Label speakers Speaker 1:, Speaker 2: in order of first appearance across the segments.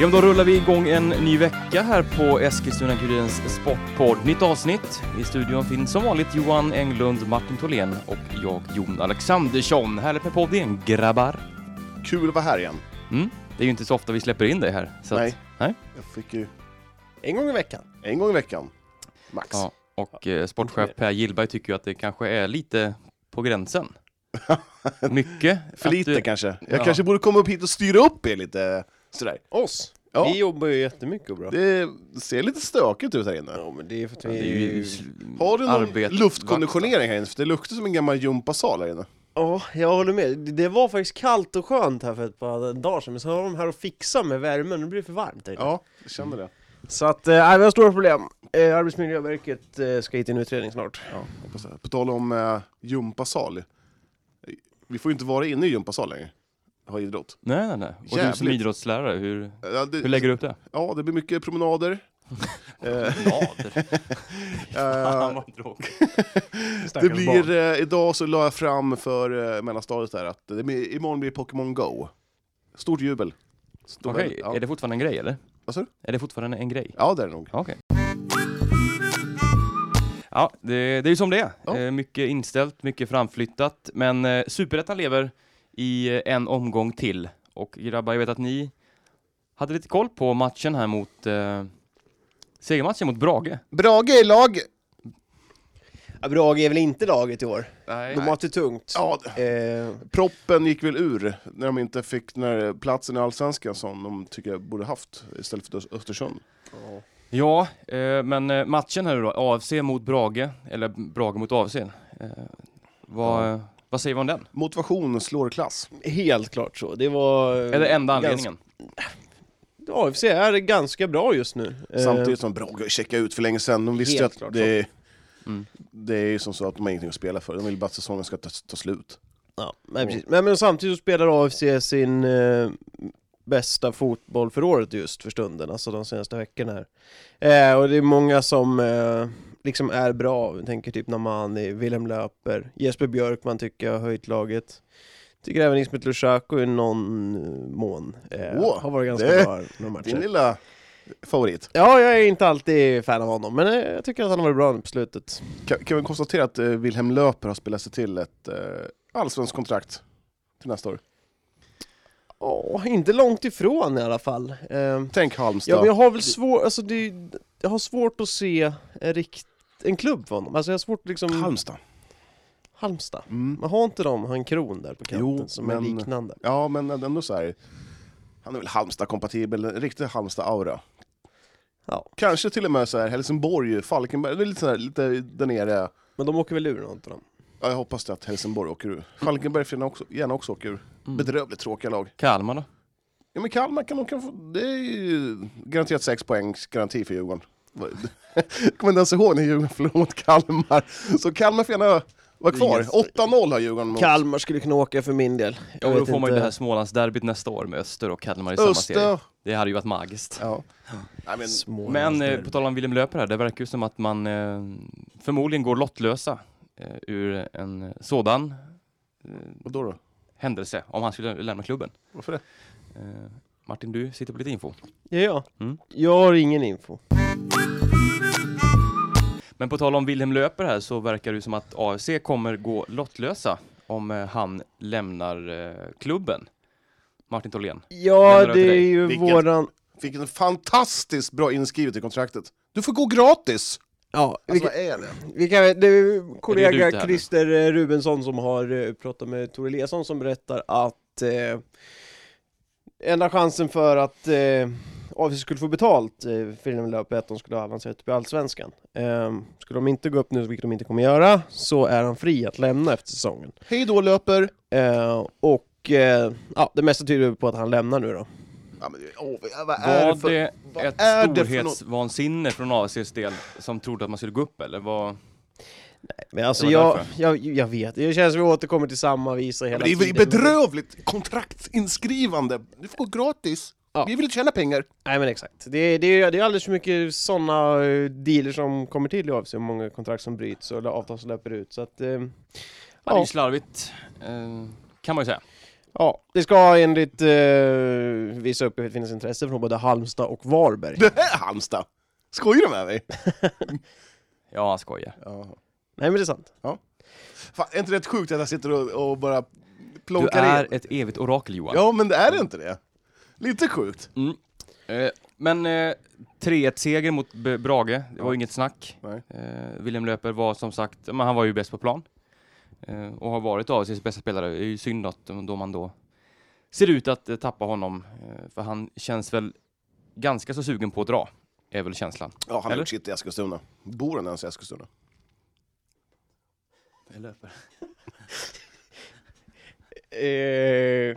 Speaker 1: Ja, men då rullar vi igång en ny vecka här på Eskilstuna-Kurirens Sportpodd. Nytt avsnitt. I studion finns som vanligt Johan Englund, Martin Tholén och jag, Jon Alexandersson. Härligt med podd igen, grabbar.
Speaker 2: Kul att vara här igen.
Speaker 1: Mm. Det är ju inte så ofta vi släpper in dig här. Så
Speaker 2: Nej.
Speaker 1: Att, nej.
Speaker 2: Jag fick ju
Speaker 3: En gång i veckan.
Speaker 2: en gång i veckan, max.
Speaker 1: Ja, och eh, sportchef Per Gillberg tycker ju att det kanske är lite på gränsen. Mycket.
Speaker 2: För
Speaker 1: att
Speaker 2: lite
Speaker 1: du-
Speaker 2: kanske. Jag
Speaker 1: Ja.
Speaker 2: kanske borde komma upp hit och styra upp er lite sådär.
Speaker 3: Oss.
Speaker 2: Ja.
Speaker 3: Vi jobbar ju jättemycket och bra.
Speaker 2: Det ser lite stökigt ut här inne.
Speaker 3: Ja, men det är för att
Speaker 1: Det
Speaker 3: vi
Speaker 1: är
Speaker 3: är
Speaker 1: ju
Speaker 3: ju...
Speaker 2: Har du någon
Speaker 1: arbet-
Speaker 2: luftkonditionering här inne? För det luktar som en gammal gympasal här inne.
Speaker 3: Ja, jag håller med. Det- Det var faktiskt kallt och skönt här för ett par dagar sedan, men så var de här och fixa med värmen, det blir för varmt. tydligen.
Speaker 2: Ja, jag känner det.
Speaker 3: Så att, eh, nej, vi har stora problem. Eh, Arbetsmiljöverket eh, ska hit i en utredning snart.
Speaker 2: Ja, hoppas det. På tal om eh, gympasal. Vi får ju inte vara inne i gympasal längre. Ha idrott.
Speaker 1: Nej, nej, nej. Och du som
Speaker 2: Jävligt.
Speaker 1: idrottslärare, hur,
Speaker 2: Ja, det,
Speaker 1: hur lägger du upp det?
Speaker 2: ja, det blir mycket promenader. Eh, eh,
Speaker 1: Fan, vad tråkigt.
Speaker 2: Det blir, eh, idag så la jag fram för eh, mellanstadiet där att det blir, imorgon blir Pokémon Go. Stort jubel. Stor
Speaker 1: Okej,
Speaker 2: väldigt- ja.
Speaker 1: är det fortfarande en grej eller?
Speaker 2: Vad sa du?
Speaker 1: Är det fortfarande en grej?
Speaker 2: Ja, det är det nog.
Speaker 1: Ja, Okej. Ja, det, det är ju som det är.
Speaker 2: Ja.
Speaker 1: Eh, Mycket inställt, mycket framflyttat. Men eh, Superettan lever i eh, en omgång till. Och grabbar, jag vet att ni hade lite koll på matchen här mot... Eh, segermatchen mot Brage.
Speaker 2: Brage i lag!
Speaker 3: Ja, Brage är väl inte laget i år?
Speaker 1: Nej.
Speaker 3: De har haft det tungt.
Speaker 2: Ja, d-
Speaker 3: Eh,
Speaker 2: proppen gick väl ur när de inte fick den här platsen i Allsvenskan som de tycker jag borde haft istället för Ös- Östersund.
Speaker 1: Ja, eh, men eh, matchen här då, AFC mot Brage, eller Brage mot AFC. Eh, vad, eh, vad säger vi om den?
Speaker 2: Motivation slår klass.
Speaker 3: Helt klart så. Det var... eh,
Speaker 1: Är det enda
Speaker 3: ganska-
Speaker 1: anledningen?
Speaker 3: AFC är ganska bra just nu. Eh,
Speaker 2: Samtidigt som Brage checkade ut för länge sedan. De visste ju
Speaker 3: Helt
Speaker 2: att
Speaker 3: klart
Speaker 2: det,
Speaker 1: Mm.
Speaker 2: det är ju som så att de har ingenting att spela för. De vill bara att säsongen ska ta, ta slut.
Speaker 3: Ja, nej, precis. Men, men samtidigt så spelar AFC sin eh, bästa fotboll för året just för stunden, alltså de senaste veckorna här. Eh, och det är många som eh, liksom är bra, vi tänker typ Namani, Wilhelm Löper, Jesper Björkman tycker jag har höjt laget. Tycker även Ismet Lushako i någon eh, mån eh,
Speaker 2: Åh,
Speaker 3: har varit ganska
Speaker 2: det-
Speaker 3: bra här några
Speaker 2: Din
Speaker 3: matcher.
Speaker 2: lilla favorit.
Speaker 3: Ja, jag är inte alltid fan av honom, men eh, jag tycker att han har varit bra nu på slutet.
Speaker 2: Kan, kan vi konstatera att eh, Wilhelm Löper har spelat sig till ett eh, allsvenskt kontrakt till nästa år?
Speaker 3: Åh, inte långt ifrån i alla fall. Eh,
Speaker 2: Tänk Halmstad.
Speaker 3: Ja, men jag har väl svårt, alltså det, är ju- jag har svårt att se en, rikt, en klubb för honom. Alltså jag har svårt att liksom,
Speaker 2: Halmstad.
Speaker 3: Halmstad.
Speaker 2: Mm.
Speaker 3: Men har inte de han Kron där på kanten
Speaker 2: Jo,
Speaker 3: som är
Speaker 2: men-
Speaker 3: liknande?
Speaker 2: Ja, men ändå så här. Han är väl Halmstad-kompatibel, en riktig Halmstad-aura.
Speaker 3: Ja.
Speaker 2: Kanske till och med så här Helsingborg, Falkenberg, det är lite, så här, lite där nere.
Speaker 3: Men de åker väl ur någon av dem?
Speaker 2: Ja, jag hoppas det att Helsingborg åker ur. Falkenberg får gärna också, gärna också åka ur.
Speaker 1: Mm.
Speaker 2: Bedrövligt tråkiga lag.
Speaker 1: Kalmar då?
Speaker 2: Ja, men Kalmar kan, de kan få, det är ju garanterat sex poängs garanti för Djurgården. Vad- Kommer inte ens ihåg när Djurgården förlorade mot Kalmar. Så Kalmar får gärna vara kvar.
Speaker 3: Ingen-
Speaker 2: 8-0 har Djurgården mot
Speaker 3: Kalmar skulle kunna åka för min del.
Speaker 1: Ja,
Speaker 3: Jag
Speaker 1: och då
Speaker 3: vet
Speaker 1: får man ju
Speaker 3: inte.
Speaker 1: det här Smålandsderbyt nästa år med Öster och Kalmar i samma serie.
Speaker 2: Öster.
Speaker 1: Det hade ju varit magiskt.
Speaker 2: Ja. Nej, men,
Speaker 3: Små
Speaker 1: Men eh,
Speaker 3: monster.
Speaker 1: på tal om William Löper här, det verkar ju som att man eh, förmodligen går lottlösa eh, ur en sådan eh,
Speaker 2: vadå då?
Speaker 1: händelse om han skulle lämna klubben.
Speaker 2: Varför det?
Speaker 1: Eh, Martin, du sitter på lite info.
Speaker 3: Ja, ja.
Speaker 1: Mm.
Speaker 3: Jag har ingen info.
Speaker 1: Men på tal om Wilhelm Löper här så verkar det ju som att AFC kommer gå lottlösa om eh, han lämnar eh, klubben. Martin Tholén.
Speaker 3: Ja,
Speaker 1: över till
Speaker 3: det är
Speaker 1: dig.
Speaker 3: ju
Speaker 2: Vilket-
Speaker 3: våran...
Speaker 2: Fick en fantastiskt bra inskrivet i kontraktet. Du får gå gratis!
Speaker 3: Ja,
Speaker 2: Alltså,
Speaker 3: vilket-
Speaker 2: vad är det?
Speaker 3: Vi kan, det är
Speaker 1: Red ut det
Speaker 3: kollega
Speaker 1: här nu.
Speaker 3: Christer eh, Rubensson som har eh, pratat med Tor Eliasson som berättar att eh, enda chansen för att eh, AFC skulle få betalt eh, för den löp är att de skulle ha avancerat upp i Allsvenskan. Eh, skulle de inte gå upp nu, vilket de inte kommer göra, så är han fri att lämna efter säsongen.
Speaker 2: Hej då löper!
Speaker 3: Eh, och eh, ja, det mesta tyder på att han lämnar nu då.
Speaker 2: Ja, men, åh, vad är det
Speaker 1: Var
Speaker 2: för...
Speaker 1: det
Speaker 2: vad
Speaker 1: ett
Speaker 2: är det för något?
Speaker 1: storhetsvansinne från AFCs del som trodde att man skulle gå upp eller? Vad...
Speaker 3: Men alltså
Speaker 1: Det var
Speaker 3: jag,
Speaker 1: därför.
Speaker 3: jag, jag vet, det känns som vi återkommer till samma visa hela
Speaker 2: Men det är ju
Speaker 3: tiden.
Speaker 2: bedrövligt kontraktsinskrivande. Du får gå gratis.
Speaker 3: Ja.
Speaker 2: Vi vill inte tjäna pengar.
Speaker 3: Nej men exakt, det, det, det är alldeles för mycket sådana dealer som kommer till i AFC, och många kontrakt som bryts och avtal som löper ut så att eh,
Speaker 1: Ja, det är
Speaker 3: ja,
Speaker 1: ju slarvigt, eh, kan man ju säga.
Speaker 3: Ja, det ska enligt eh, vissa uppgifter finnas intresse från både Halmstad och Varberg.
Speaker 2: Det är Halmstad! Skojar du med mig?
Speaker 1: Ja, han skojar.
Speaker 2: Ja.
Speaker 3: Nej men det är sant.
Speaker 2: Fan, är inte det rätt sjukt att jag sitter och, och bara
Speaker 1: Du
Speaker 2: plonkar in?
Speaker 1: är ett evigt orakel Johan.
Speaker 2: Ja, men det är det inte det? Lite sjukt.
Speaker 1: Eh, men eh, 3-1-seger mot B- Brage, det var
Speaker 2: Ja.
Speaker 1: ju inget snack.
Speaker 2: Nej.
Speaker 1: Eh, William Löper var som sagt, men han var ju bäst på plan. Eh, och har varit AICs bästa spelare. Det är ju synd att då man då ser ut att eh, tappa honom. Eh, för han känns väl ganska så sugen på att dra, är väl känslan.
Speaker 2: Ja, han har
Speaker 1: Eller?
Speaker 2: gjort sitt i Eskilstuna. Bor han ens i Eskilstuna?
Speaker 1: Löper.
Speaker 3: Eh,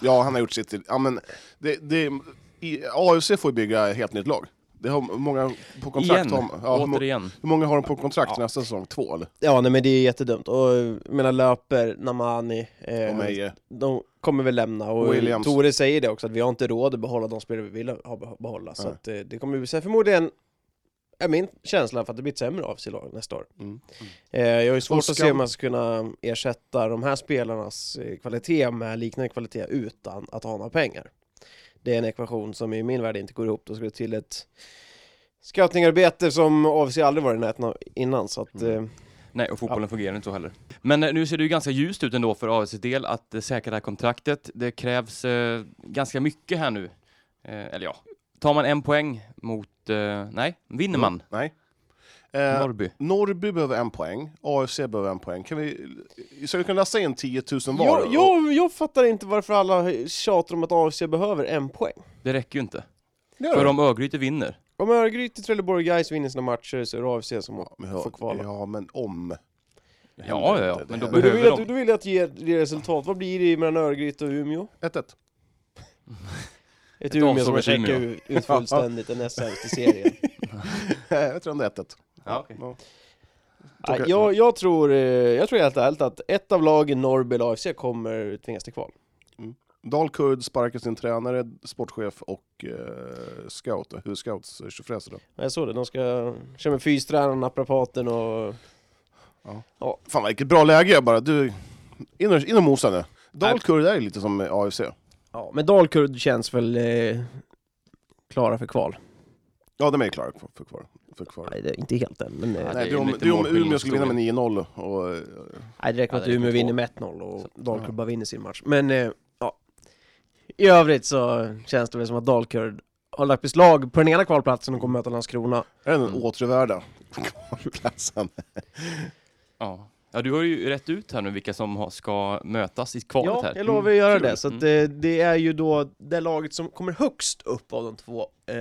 Speaker 2: Ja, han har gjort sitt till... Ja, men det, det, i, AFC får ju bygga ett helt nytt lag. Det har många på kontrakt.
Speaker 1: Igen,
Speaker 2: Har, ja, hur må-
Speaker 1: återigen.
Speaker 2: hur många har de på kontrakt nästa säsong? Två eller?
Speaker 3: ja nej men det är jättedumt. Och eh, jag menar Löper, Namani, eh,
Speaker 2: Och mig, eh,
Speaker 3: de kommer väl lämna. Och
Speaker 2: Williams.
Speaker 3: Tore säger det också, att vi har inte råd att behålla de spelare vi vill ha beh- behålla. Så
Speaker 2: Nej.
Speaker 3: att, eh, det kommer bli så här, förmodligen, är min känsla, för att det blir ett sämre AFC-lag nästa år.
Speaker 2: Mm.
Speaker 3: Eh, jag har ju svårt att
Speaker 2: Oskar-
Speaker 3: se om man ska kunna ersätta de här spelarnas eh, kvalitet med liknande kvalitet utan att ha några pengar. Det är en ekvation som i min värld inte går ihop. Då ska det till ett scoutingarbete som AFC aldrig varit i närheten av innan. Så att,
Speaker 2: Mm.
Speaker 3: eh,
Speaker 1: Nej, och fotbollen fungerar inte så heller. Men eh, nu ser det ju ganska ljust ut ändå för AFCs del att eh, säkra det här kontraktet. Det krävs eh, ganska mycket här nu. Eh, eller ja, tar man en poäng mot... Eh, nej, vinner man
Speaker 2: Mm. Nej. Eh,
Speaker 1: Norrby.
Speaker 2: Norrby behöver en poäng, AFC behöver en poäng. Kan vi, så vi kan läsa in 10 000 var?
Speaker 3: eh, jag, jag, jag fattar inte varför alla tjatar om att AFC behöver en poäng.
Speaker 1: Det räcker ju inte.
Speaker 2: Gör det.
Speaker 1: För om Örgryte vinner.
Speaker 3: Om Örgryte, Trelleborg och Gais vinner sina matcher så är det AFC som
Speaker 2: Ja, men
Speaker 3: får
Speaker 2: hör,
Speaker 3: kvala.
Speaker 2: ja, men om. Det
Speaker 1: Ja, ja,
Speaker 2: händer
Speaker 1: ja,
Speaker 2: inte. Det
Speaker 1: men då
Speaker 2: händer.
Speaker 3: Men du vill,
Speaker 1: Behöver
Speaker 3: att,
Speaker 1: de?
Speaker 3: du vill att ge det resultat. Vad blir det mellan Örgryte och Umeå?
Speaker 2: 1-1.
Speaker 3: Ett,
Speaker 1: Ett
Speaker 3: Umeå som
Speaker 1: avsågat
Speaker 3: checkar
Speaker 1: Umeå.
Speaker 3: ut fullständigt den näst sämsta serien.
Speaker 2: Jag tror ändå 1-1.
Speaker 1: Ja, okej.
Speaker 3: Nej,
Speaker 2: Okej.
Speaker 3: jag, jag, tror, eh, jag tror helt ärligt att ett av lagen, Norrby eller AFC, kommer tvingas till kval.
Speaker 2: Dalkurd sparkar sin tränare, sportchef och eh, scout, huvudscouts, eh, tjofräser då.
Speaker 3: Jag såg det, de ska köra med fystränaren, naprapaten och...
Speaker 2: Fan vilket bra läge jag bara, du, in och, in och mosa nu. Dalkurd är ju lite som eh, AFC.
Speaker 3: Ja, men Dalkurd känns väl eh, klara för kval.
Speaker 2: Ja, de är ju klara för, för kvar. För kvar.
Speaker 3: Nej, det är inte helt än, men eh,
Speaker 1: Ja,
Speaker 2: Nej,
Speaker 1: det
Speaker 2: det är om,
Speaker 1: lite
Speaker 2: det är om
Speaker 1: målskillnad
Speaker 2: Umeå skulle vinna
Speaker 1: historia.
Speaker 2: med 9-0 och... eh,
Speaker 3: nej, det räcker med
Speaker 1: Ja,
Speaker 3: att
Speaker 1: det är
Speaker 3: Umeå
Speaker 1: två.
Speaker 3: vinner med 1-0 och
Speaker 2: Ja.
Speaker 3: Dalkurd bara vinner sin match. Men eh, ja, i övrigt så känns det väl som att Dalkurd har lagt beslag på den ena kvalplatsen och kommer möta Landskrona.
Speaker 2: Är det den
Speaker 1: Mm.
Speaker 2: återvärda platsen?
Speaker 1: Ja. ja, du har ju rätt ut här nu vilka som har- ska mötas i kvalet
Speaker 3: Ja,
Speaker 1: här. Mm,
Speaker 3: jag lovar att göra
Speaker 1: kul.
Speaker 3: det. Så att, eh, det är ju då det laget som kommer högst upp av de två eh,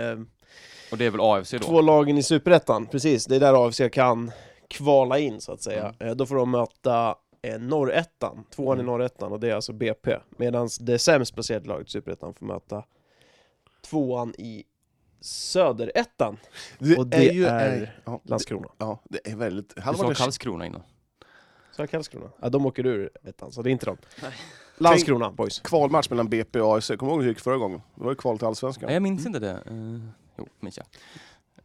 Speaker 1: Mm. Och det är väl AFC då?
Speaker 3: två lagen i Superettan, precis. Det är där AFC kan kvala in så att säga. Eh, Då får de möta eh, Norrettan, tvåan i
Speaker 1: Mm.
Speaker 3: Norrettan och det är alltså BP. Medan det sämst placerade laget i Superettan får möta tvåan i Söderettan, Och det är-
Speaker 2: eh, ja, det,
Speaker 3: Landskrona.
Speaker 2: ja, det är väldigt...
Speaker 1: Du
Speaker 2: Hade
Speaker 1: sa
Speaker 2: varit en,
Speaker 1: Karlskrona innan.
Speaker 3: Så jag Karlskrona? Ja, de åker ur ettan, så det är inte de. Landskrona, boys.
Speaker 2: kvalmatch mellan BP och AFC, kommer du ihåg hur det gick förra gången? Det var ju kval till Allsvenskan.
Speaker 1: Nej, jag minns inte det. Eh, jo, minns jag.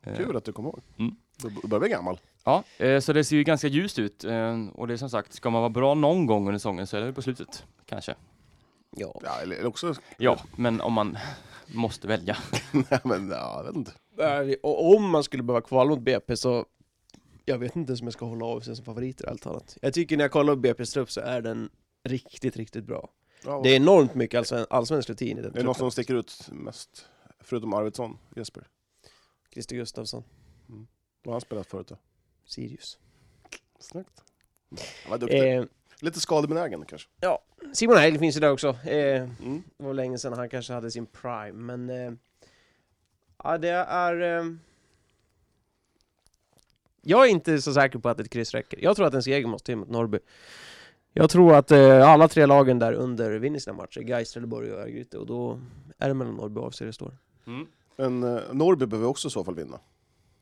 Speaker 1: Eh,
Speaker 2: Kul att du kommer ihåg.
Speaker 1: Mm.
Speaker 2: Du b- börjar bli gammal.
Speaker 1: Ja, eh, så det ser ju ganska ljust ut. eh, Och det är som sagt, ska man vara bra någon gång under säsongen så är det väl på slutet. Kanske.
Speaker 3: Ja.
Speaker 2: Ja, eller eller också...
Speaker 1: Ja, men om man måste välja.
Speaker 2: Nej, men ja, jag vet inte.
Speaker 3: Eh, Och om man skulle behöva kvala mot BP så jag vet inte ens om jag ska hålla AFC som favoriter, ärligt talat. Jag tycker när jag kollar upp BP's trupp så är den riktigt, riktigt bra.
Speaker 2: Ja,
Speaker 3: Det är enormt mycket allsven- allsvensk rutin i den
Speaker 2: är det någon som
Speaker 3: truppen.
Speaker 2: sticker ut mest? Förutom Arvidsson, Jesper.
Speaker 3: Christer Gustafsson,
Speaker 2: Vad har han spelat förut då?
Speaker 3: Sirius.
Speaker 2: Snyggt. Han var duktig.
Speaker 3: Eh,
Speaker 2: Lite skadebenägen kanske.
Speaker 3: Simon Hägg finns ju där också. Eh,
Speaker 2: Mm.
Speaker 3: det var länge sedan han kanske hade sin prime, men... Eh, ja, det är... Eh, jag är inte så säker på att ett kryss räcker. Jag tror att en seger måste till mot Norrby. Jag tror att eh, alla tre lagen där under vinner sina matcher. Gais, Trelleborg och Örgryte. Och då är det mellan Norrby och AFC det står.
Speaker 2: Men eh, Norrby behöver också i så fall vinna.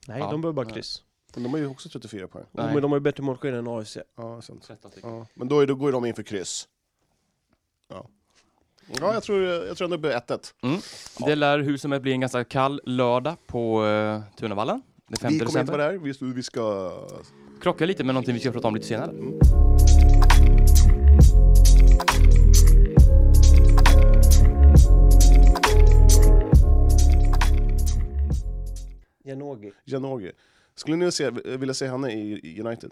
Speaker 3: Nej,
Speaker 1: Ja.
Speaker 3: de behöver bara
Speaker 1: Nej.
Speaker 3: kryss.
Speaker 2: Men de har ju också 34 poäng.
Speaker 3: Jo,
Speaker 1: Nej.
Speaker 3: men de har ju bättre målskillnad än AFC.
Speaker 2: Ja, sant.
Speaker 1: 13 stycken.
Speaker 2: Ja. Men då, är, då går ju de in för kryss. Ja, ja jag, tror, jag tror ändå det blir 1-1.
Speaker 1: Det lär hur som helst bli en ganska kall lördag på uh, Tunavallen. Den 5
Speaker 2: Vi kommer inte
Speaker 1: december.
Speaker 2: vara där, vi, vi ska
Speaker 1: Krockar lite med någonting vi ska prata om lite senare.
Speaker 3: Janogy.
Speaker 2: Janogy. Skulle ni se, vilja se henne i i United?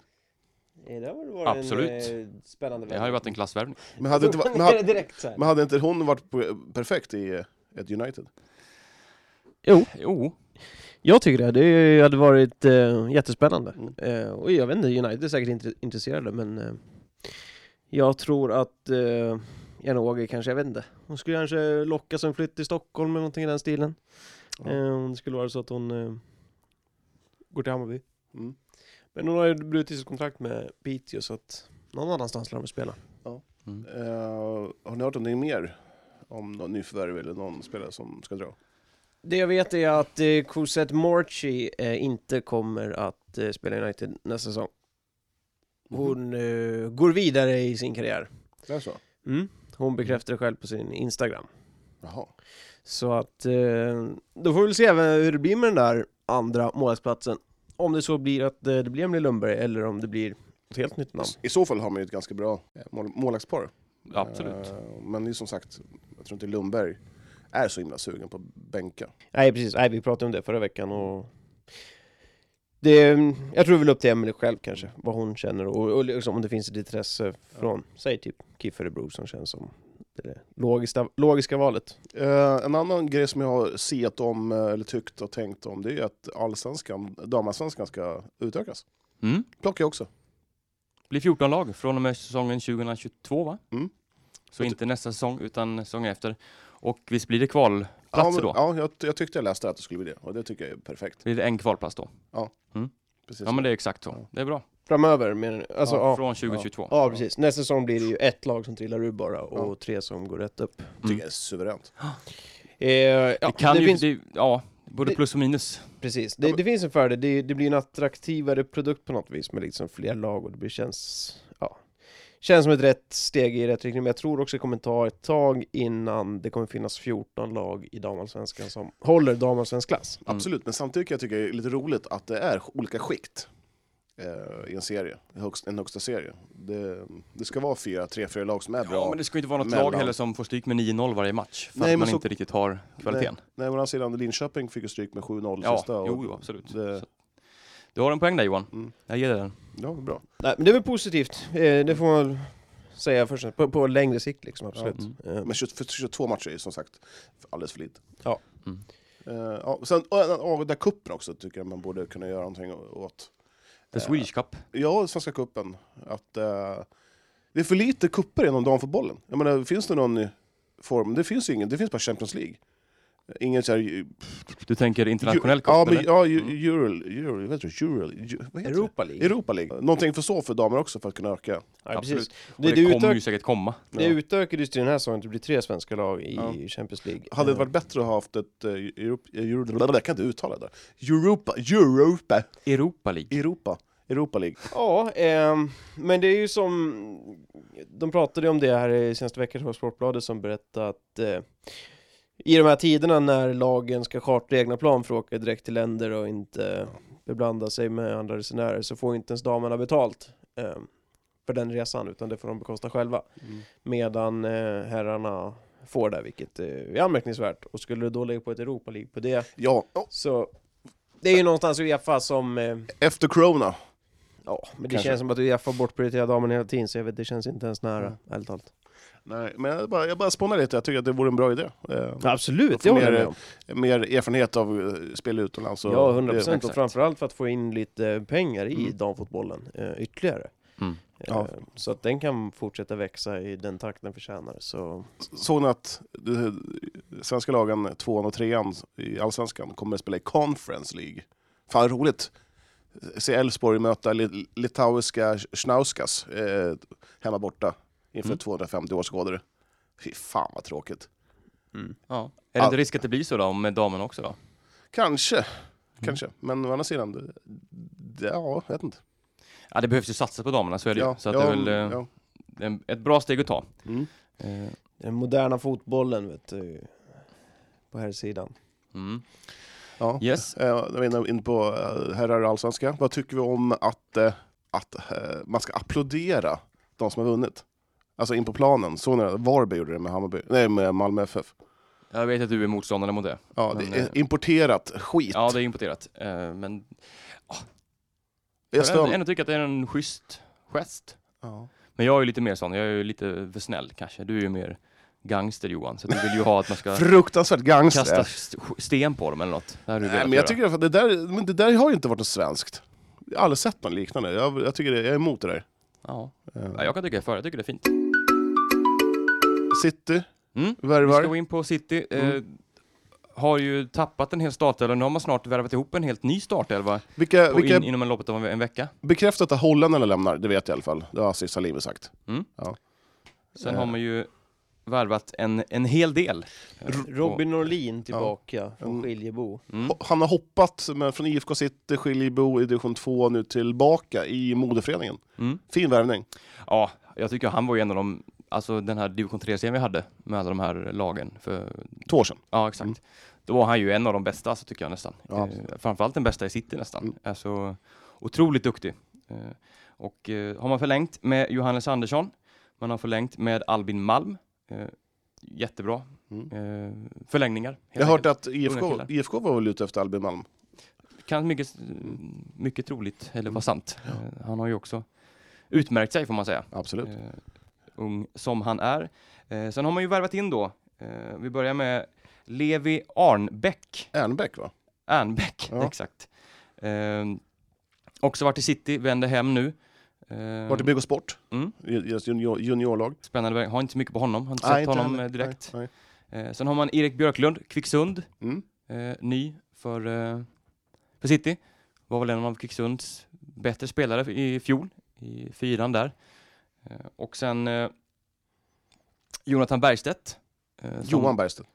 Speaker 3: Eh, Det hade varit
Speaker 1: Absolut.
Speaker 3: en eh, spännande
Speaker 1: Det har ju varit en klassvärvning.
Speaker 2: Men hade, inte, va- men, hade,
Speaker 3: direkt så här.
Speaker 2: men hade inte hon varit på- perfekt i eh, ett United?
Speaker 1: Jo,
Speaker 3: Jag tycker det, det hade varit eh, jättespännande.
Speaker 2: Mm.
Speaker 3: Eh, och jag vet inte, United är säkert inte intresserade men eh, jag tror att eh, Janogy kanske, jag vet inte, hon skulle kanske locka som flytt till Stockholm eller någonting i den stilen.
Speaker 2: Ja.
Speaker 3: Eh, om det skulle vara så att hon eh, går till Hammarby.
Speaker 2: Mm.
Speaker 3: Men hon har ju brutit sitt kontrakt med Piteå så att någon annanstans lär de spela.
Speaker 1: mm.
Speaker 2: Eh, har ni hört någonting mer om någon nyförvärv eller någon spelare som ska dra?
Speaker 1: Mm-hmm.
Speaker 3: Det jag vet är att eh, Cosette Morchi eh, inte kommer att eh, spela i United nästa säsong. Hon eh, går vidare i sin karriär.
Speaker 2: Det är så?
Speaker 3: Mm. Hon bekräftar det själv på sin Instagram.
Speaker 2: Jaha.
Speaker 3: Så att eh, då får vi väl se även hur det blir med den där andra målvaktsplatsen. Om det så blir att eh, det blir Emily Lundberg eller om det blir ett helt nytt namn.
Speaker 2: I så fall har man ju ett ganska bra eh, mål, målvaktspar.
Speaker 1: absolut.
Speaker 2: Eh, men det är som sagt, jag tror inte Lundberg är så himla sugen på att bänka.
Speaker 3: Nej precis, Nej, vi pratade om det förra veckan och det, jag tror väl upp till Emelie själv kanske, vad hon känner och, och liksom, om det finns ett intresse från, säg typ KIF Örebro som känns som det logiska, logiska valet.
Speaker 2: Eh, en annan grej som jag har sett om, eh, eller tyckt och tänkt om, det är ju att allsvenskan, damallsvenskan ska utökas.
Speaker 1: Mm.
Speaker 2: Plockar jag också.
Speaker 1: blir 14 lag från och med säsongen 2022 va?
Speaker 2: Mm.
Speaker 1: Så inte nästa säsong utan säsongen efter. Och visst blir det kvalplatser
Speaker 2: Ja, men,
Speaker 1: då?
Speaker 2: ja jag, jag tyckte jag läste att det skulle bli det, och det tycker jag är perfekt.
Speaker 1: Blir det en kvalplats då?
Speaker 2: Precis.
Speaker 1: Ja men det är exakt så.
Speaker 2: Ja.
Speaker 1: Det är bra.
Speaker 3: Framöver menar du? Alltså, ja,
Speaker 1: Från 2022.
Speaker 3: ja. precis, nästa säsong blir det ju ett lag som trillar ur bara och tre som går rätt upp.
Speaker 2: tycker
Speaker 1: Mm.
Speaker 2: jag är suveränt.
Speaker 3: Eh, ja,
Speaker 1: Det kan ju,
Speaker 3: finns,
Speaker 1: det, ja, både
Speaker 3: Det-
Speaker 1: plus och minus.
Speaker 3: precis. Det, det finns en fördel, det, det blir en attraktivare produkt på något vis med liksom fler lag och det blir, känns, ja, känns som ett rätt steg i rätt riktning. Men jag tror också det kommer ta ett tag innan det kommer finnas 14 lag i damallsvenskan som håller damallsvensk klass.
Speaker 1: Mm.
Speaker 2: Absolut, men samtidigt kan jag tycka det är lite roligt att det är olika skikt eh, i en serie, en högsta, en högsta serie. Det, det ska vara fyra, tre, fyra lag som är bra.
Speaker 1: Ja, men det ska ju inte vara något
Speaker 2: mellan.
Speaker 1: lag heller som får stryk med 9-0 varje match. För
Speaker 2: Nej,
Speaker 1: att
Speaker 2: men
Speaker 1: man
Speaker 2: så-
Speaker 1: inte riktigt har kvaliteten.
Speaker 2: Nej, men å andra sidan, Linköping fick ju stryk med 7-0
Speaker 1: Ja,
Speaker 2: sista. och-
Speaker 1: jo, jo, absolut.
Speaker 2: det-
Speaker 1: Så- Du har en poäng där Johan.
Speaker 2: Mm.
Speaker 1: Jag ger dig den.
Speaker 2: Ja, bra.
Speaker 3: Nej, men det är väl positivt, eh, det får man väl säga först, på, på längre sikt liksom, absolut.
Speaker 1: Mm.
Speaker 3: Eh,
Speaker 2: Men 20, för 22 matcher är ju som sagt alldeles för lite.
Speaker 3: Ja.
Speaker 1: Mm.
Speaker 2: Eh, ja, sen Agda-cupen också tycker jag man borde kunna göra någonting å- åt.
Speaker 1: The Swedish Cup.
Speaker 2: Ja, Svenska cupen. Att, eh, det är för lite kupper inom damfotbollen. Jag menar, finns det någon form? Det finns ju ingen, det finns bara Champions League. Ingen så här... ju-
Speaker 1: Du tänker internationell cup?
Speaker 2: ja, men,
Speaker 1: eller? Mm.
Speaker 2: ja, ju- Euro, Euro, vad heter det? Euro, ju- vad heter
Speaker 3: Europa
Speaker 2: det?
Speaker 3: League.
Speaker 2: Europa League. Någonting för så för damer också för att kunna öka.
Speaker 3: Ja, precis.
Speaker 1: Absolut.
Speaker 3: Det,
Speaker 1: och
Speaker 3: det,
Speaker 1: det
Speaker 3: utök-
Speaker 1: kommer ju säkert komma.
Speaker 3: det
Speaker 2: Ja.
Speaker 3: utökades till den här säsongen, det blir tre svenska lag i
Speaker 2: Ja.
Speaker 3: Champions League.
Speaker 2: Hade det
Speaker 3: Eh,
Speaker 2: varit bättre att ha haft ett eh, Europa, Euro, jag kan inte uttala det. där. Europa, Europa,
Speaker 1: Europa League.
Speaker 2: Europa, Europa League.
Speaker 3: Eh, Ja, ehm, men det är ju som De pratade ju om det här i senaste veckan på Sportbladet som berättade att eh, I de här tiderna när lagen ska chartra egna plan för att åka direkt till länder och inte beblanda sig med andra resenärer så får inte ens damerna betalt ehm, för den resan utan det får de bekosta själva
Speaker 1: Mm.
Speaker 3: medan eh, herrarna får det vilket eh, är anmärkningsvärt och skulle det då lägga på ett Europa League på det
Speaker 2: Ja, oh,
Speaker 3: så det är ju någonstans Uefa som eh,
Speaker 2: efter corona.
Speaker 3: Ja, men det
Speaker 2: Kanske.
Speaker 3: känns som att Uefa bortprioriterar damerna hela tiden, så jag vet, det känns inte ens nära,
Speaker 2: Mm.
Speaker 3: ärligt talat.
Speaker 2: Nej, men jag bara, jag bara spånar lite, jag tycker att det vore en bra idé. Eh,
Speaker 3: Absolut,
Speaker 2: det håller jag med om. mer erfarenhet av eh, spel utomlands. och-
Speaker 3: ja, 100 procent, och
Speaker 2: Exakt.
Speaker 3: framförallt för att få in lite eh, pengar i
Speaker 2: Mm.
Speaker 3: damfotbollen eh, ytterligare.
Speaker 1: Mm.
Speaker 2: Ja.
Speaker 3: Eh, så att den kan fortsätta växa i den takt den förtjänar. Så
Speaker 2: Såg ni att eh, svenska lagen, tvåan och trean i allsvenskan, kommer att spela i Conference League? Fan vad roligt! Se Elfsborg möta li- litauiska Schnauskas eh, hemma borta inför
Speaker 1: Mm.
Speaker 2: 250 åskådare. Fy fan vad tråkigt.
Speaker 1: Ja. Är det inte risk att det blir så då, om damerna också då?
Speaker 2: Kanske,
Speaker 3: Mm.
Speaker 2: kanske. Men å andra sidan, det, det, ja, jag vet inte.
Speaker 1: Ja, det behövs ju satsa på damerna, så är det ju.
Speaker 2: ja,
Speaker 1: Så att
Speaker 2: ja,
Speaker 1: det är väl eh,
Speaker 2: ja.
Speaker 1: en, ett bra steg att ta.
Speaker 2: Mm.
Speaker 1: Eh,
Speaker 3: den moderna fotbollen, vet du, på här sidan.
Speaker 1: Mm.
Speaker 2: Ja.
Speaker 1: Yes.
Speaker 2: Eh, Jag var inne- inne på eh, herrar i allsvenskan. Vad tycker vi om att, eh, att eh, man ska applådera de som har vunnit? Alltså in på planen. Såg ni det? Varberg gjorde det med, Hammarby. Nej, med Malmö FF.
Speaker 1: Jag vet att du är motståndare mot det.
Speaker 2: Ja,
Speaker 1: Men,
Speaker 2: det
Speaker 1: eh,
Speaker 2: är importerat skit.
Speaker 1: Ja, det är importerat. Eh, Men
Speaker 2: jag
Speaker 1: jag
Speaker 2: stör
Speaker 1: kan
Speaker 2: mig.
Speaker 1: ändå tycka att det är en schysst gest.
Speaker 2: Ja.
Speaker 1: Men jag är ju lite mer sån, jag är ju lite för snäll kanske. Du är ju mer gangster Johan, så du vill ju ha att man ska
Speaker 2: Fruktansvärt
Speaker 1: kasta
Speaker 2: gangster.
Speaker 1: st- sten på dem eller något. Det har du
Speaker 2: Nej,
Speaker 1: velat
Speaker 2: men jag
Speaker 1: göra.
Speaker 2: tycker att det där, men det där har ju inte varit något svenskt. Jag har aldrig sett något liknande. Jag, jag, tycker det, jag är emot det där.
Speaker 1: Ja.
Speaker 2: Eh,
Speaker 1: Ja, jag kan tycka för, jag tycker det är fint.
Speaker 2: City
Speaker 1: Mm. Vi
Speaker 2: värvar.
Speaker 1: ska gå in på City. Eh,
Speaker 2: Mm.
Speaker 1: Har ju tappat en hel startelva, nu har man snart värvat ihop en helt ny startelva
Speaker 2: Vilka,
Speaker 1: på
Speaker 2: vilka
Speaker 1: in, inom en loppet av en, en vecka.
Speaker 2: bekräftat att holländarna lämnar, det vet jag i alla fall. Det har Aziz Salimi sagt.
Speaker 1: Sen
Speaker 2: Eh.
Speaker 1: har man ju värvat en, en hel del. eh, på-
Speaker 3: Robin Norlin tillbaka
Speaker 2: Mm.
Speaker 3: från Skiljebo.
Speaker 1: Mm.
Speaker 2: Ho- Han har hoppat men från IFK City, Skiljebo i division 2 nu tillbaka i modeföreningen.
Speaker 1: Mm.
Speaker 2: Fin värvning.
Speaker 1: Ja, jag tycker han var ju en av de, alltså den här division 3-serien vi hade med alla de här lagen för
Speaker 2: Två år sedan.
Speaker 1: Ja, exakt.
Speaker 2: Mm.
Speaker 1: Då var han ju en av de bästa, så tycker jag nästan.
Speaker 2: Ja,
Speaker 1: Eh, framförallt den bästa i city nästan.
Speaker 2: Mm.
Speaker 1: Alltså, otroligt duktig. Eh, och eh, har man förlängt med Johannes Andersson, man har förlängt med Albin Malm. Eh, jättebra.
Speaker 2: Mm.
Speaker 1: Eh, förlängningar. helt
Speaker 2: Jag har hört
Speaker 1: enkelt.
Speaker 2: att
Speaker 1: Unga
Speaker 2: IFK,
Speaker 1: killar.
Speaker 2: IFK var väl ute efter Albin Malm.
Speaker 1: Kan mycket, mycket troligt, eller
Speaker 2: Mm.
Speaker 1: var sant. Eh, han har ju också utmärkt sig får man säga.
Speaker 2: Absolut.
Speaker 1: eh, ung som han är. Eh, sen har man ju värvat in då, eh, vi börjar med Levi Arnbäck.
Speaker 2: Ernbäck va?
Speaker 1: Ernbäck,
Speaker 2: Ja.
Speaker 1: exakt. Ehm, också varit i city, vänder hem nu. Ehm,
Speaker 2: Vart i Bygg och Sport,
Speaker 1: mm,
Speaker 2: deras junior, juniorlag.
Speaker 1: spännande väg. Har inte så mycket på honom, har inte
Speaker 2: Nej,
Speaker 1: sett
Speaker 2: inte
Speaker 1: honom
Speaker 2: heller.
Speaker 1: eh, direkt.
Speaker 2: Nej,
Speaker 1: Eh, sen har man Erik Björklund, Kvicksund,
Speaker 2: nej. Mm.
Speaker 1: eh, ny för, eh, för city. Var väl en av Kvicksunds bättre spelare i fjol, i fyran där. Eh, och sen eh, Jonathan Bergstedt. eh, som-
Speaker 2: Johan Bergstedt.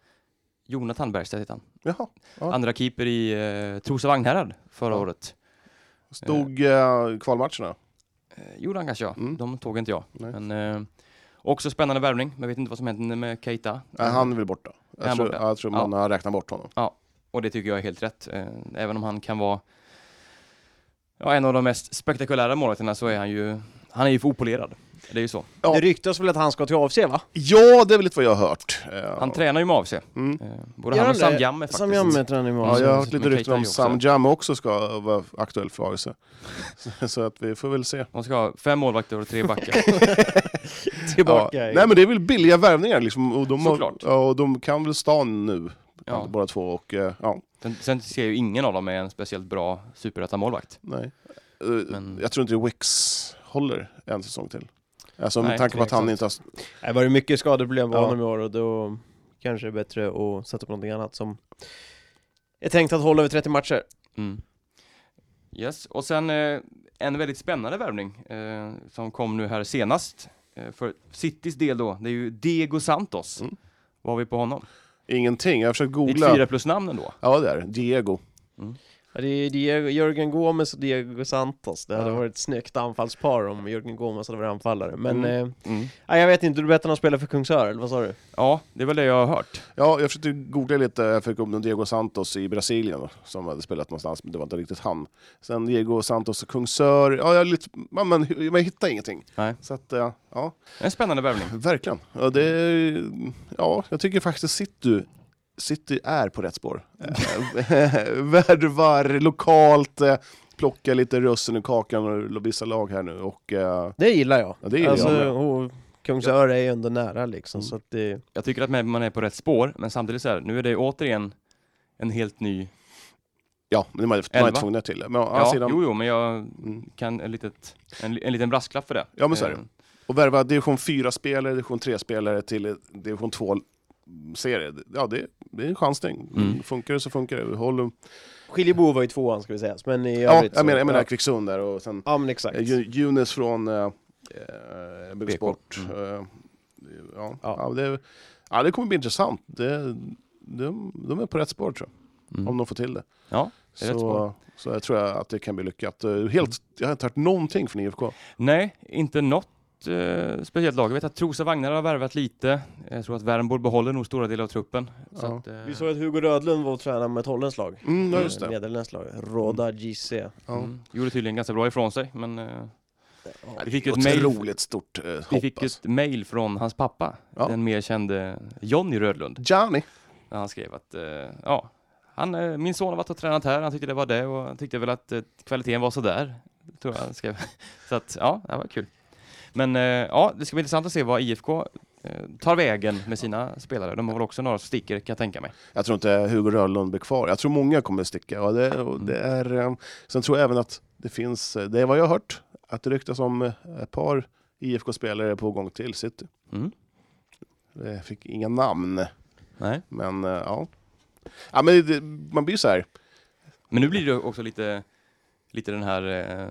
Speaker 1: Jonathan Bergstedt heter han.
Speaker 2: Jaha. Ja.
Speaker 1: Andra keeper i eh, Trosa Vagnhärad förra
Speaker 2: Ja.
Speaker 1: året.
Speaker 2: Stod eh, kvalmatcherna?
Speaker 1: Eh, gjorde han kanske ja.
Speaker 2: Mm.
Speaker 1: De tog inte jag.
Speaker 2: Nej.
Speaker 1: Men, eh, också spännande värvning, men jag vet inte vad som hände med Keita.
Speaker 2: Nej, han är väl borta.
Speaker 1: Mm.
Speaker 2: Jag,
Speaker 1: Är han
Speaker 2: tror,
Speaker 1: borta?
Speaker 2: ja, jag tror man har räknat bort honom.
Speaker 1: Och det tycker jag är helt rätt. Eh, även om han kan vara ja, en av de mest spektakulära målvakterna så är han ju, han är ju för opolerad. Det är ju så.
Speaker 2: Ja.
Speaker 3: Det ryktas väl att han ska till AFC va?
Speaker 2: Ja, det är väl lite vad jag har hört. Eh,
Speaker 1: Han tränar ju med AFC. Eh,
Speaker 2: mm.
Speaker 1: både
Speaker 3: Gör
Speaker 1: han och
Speaker 3: han
Speaker 1: Sam
Speaker 3: det?
Speaker 1: Jammeh faktiskt.
Speaker 3: Som jag möter han imorgon.
Speaker 2: Ja, jag har hört
Speaker 1: precis.
Speaker 2: lite
Speaker 1: Men
Speaker 2: rykten om
Speaker 1: Keita är ju
Speaker 2: Sam
Speaker 1: också-
Speaker 2: Jam också ska vara aktuell för AIC. Så- Så att vi får väl se.
Speaker 1: De ska ha fem målvakter och tre backar.
Speaker 3: Tillbaka.
Speaker 2: Ja. Nej men det är väl billiga värvningar liksom. Och de, har,
Speaker 1: Såklart.
Speaker 2: ja, och de kan väl stan nu,
Speaker 1: ja.
Speaker 2: båda två. Och, eh, ja,
Speaker 1: sen, sen ser ju ingen av dem är en speciellt bra superettamålvakt.
Speaker 2: nej. Eh,
Speaker 1: Men-
Speaker 2: Jag tror inte Wicks håller en säsong till. Alltså
Speaker 1: Nej,
Speaker 2: med tanke på att han inte har...
Speaker 3: Det var ju mycket skadeproblem på
Speaker 2: Ja.
Speaker 3: honom i år och då kanske det är bättre att sätta på någonting annat som är tänkt att hålla över 30 matcher.
Speaker 1: Mm. Yes, och sen eh, en väldigt spännande värvning eh, som kom nu här senast. Eh, för Citys del då, det är ju Diego Santos.
Speaker 2: Mm.
Speaker 1: Vad har vi på honom?
Speaker 2: Ingenting. Jag har försökt
Speaker 1: Ditt fyra
Speaker 2: googla.
Speaker 1: plus namn ändå.
Speaker 2: Ja det är det. Diego.
Speaker 3: Ja, det är Diego, Jörgen Gomes och Diego Santos. Det hade
Speaker 1: Ja.
Speaker 3: varit ett snyggt anfallspar om Jörgen Gomes hade varit anfallare. Men
Speaker 2: Mm.
Speaker 3: eh, nej, jag vet inte, du berättade att han spelar för Kungsör, eller vad sa du?
Speaker 1: Ja, det är väl det jag har hört.
Speaker 2: Ja, jag försökte googla lite, jag fick upp någon Diego Santos i Brasilien då, som hade spelat någonstans, men det var inte riktigt han. Sen Diego Santos och Kungsör, ja, jag, är lite, man, man, man hittar ingenting.
Speaker 1: Nej.
Speaker 2: Så att, eh, ja,
Speaker 1: En spännande värvning.
Speaker 2: verkligen. Ja, det, är- ja, jag tycker faktiskt City, City är på rätt spår. Eh, Värvar lokalt, eh, plockar lite russin ur kakan och vissa lag här nu. Och, eh,
Speaker 3: Det gillar jag.
Speaker 2: ja, det gillar
Speaker 3: alltså,
Speaker 2: jag med.
Speaker 3: och Kungsör är ju ändå nära liksom, så att det...
Speaker 1: Jag tycker att man är på rätt spår, men samtidigt så här, nu är det återigen en helt ny...
Speaker 2: Ja, men man är man är
Speaker 1: Elva.
Speaker 2: tvungna till det. Men, å andra
Speaker 1: Ja,
Speaker 2: sidan,
Speaker 1: jo, jo, men jag
Speaker 2: Mm.
Speaker 1: kan en, litet, en, li- en liten brasklapp för det.
Speaker 2: Ja, men så är det.
Speaker 1: Eh,
Speaker 2: Och värva division 4-spelare, division 3-spelare till division 2-serie. Ja, det, det är en chansning.
Speaker 1: Mm.
Speaker 2: Funkar det så funkar det. Håll,
Speaker 3: Skiljebo var ju tvåan ska vi säga, men i
Speaker 2: ja,
Speaker 3: övrigt
Speaker 2: jag menar,
Speaker 3: så...
Speaker 2: jag menar Kvicksund där och sen
Speaker 3: Ja men exakt.
Speaker 2: eh, Ju- Junes från eh, eh, BK Sport.
Speaker 1: Mm.
Speaker 2: Eh, ja, ja.
Speaker 3: Ja.
Speaker 2: det, ja, det kommer bli intressant. Det, de, de är på rätt spår tror jag, om
Speaker 1: Mm.
Speaker 2: de får till det.
Speaker 1: Ja, det är rätt
Speaker 2: Så,
Speaker 1: spår.
Speaker 2: så jag tror att det kan bli lyckat. Eh, Helt, jag har inte hört någonting från IFK.
Speaker 1: Nej, inte något eh, speciellt lag. Jag vet att Trosa Vagnar har värvat lite. Jag tror att Värmborg behåller nog stora delar av truppen. Så
Speaker 2: Ja.
Speaker 1: att, eh,
Speaker 3: Vi såg att Hugo Rödlund var och tränade med ett holländskt lag.
Speaker 2: Mm, ja, just det.
Speaker 3: Nederländskt lag, Eh, Roda JC.
Speaker 2: Ja.
Speaker 1: mm, gjorde tydligen ganska bra ifrån sig, men eh,
Speaker 3: Ja.
Speaker 1: vi fick ju ett mail,
Speaker 2: Otroligt stort eh, hopp.
Speaker 1: vi fick
Speaker 2: alltså.
Speaker 1: ett mail från hans pappa,
Speaker 2: Ja.
Speaker 1: den mer kände Jonny Rödlund.
Speaker 2: Gianni.
Speaker 1: När han skrev att, eh, ja, han, eh, min son har varit och tränat här, han tyckte det var det och han tyckte väl att eh, kvaliteten var sådär. Tror jag han skrev. Så att, ja, det var kul. Men eh, ja, det ska bli intressant att se vad IFK eh, tar vägen med sina spelare. De har väl också några som sticker kan jag tänka mig.
Speaker 2: Jag tror inte Hugo Rönnlund blir kvar. Jag tror många kommer att sticka. Och det,
Speaker 1: Mm.
Speaker 2: och det är, eh, sen tror jag även att det finns, eh, det är vad jag har hört, att det ryktas om eh, ett par IFK-spelare på gång till City.
Speaker 1: Mm.
Speaker 2: Jag fick inga namn,
Speaker 1: Nej.
Speaker 2: men eh, ja. ja men det, man blir så här.
Speaker 1: Men nu blir det också lite, lite den här eh,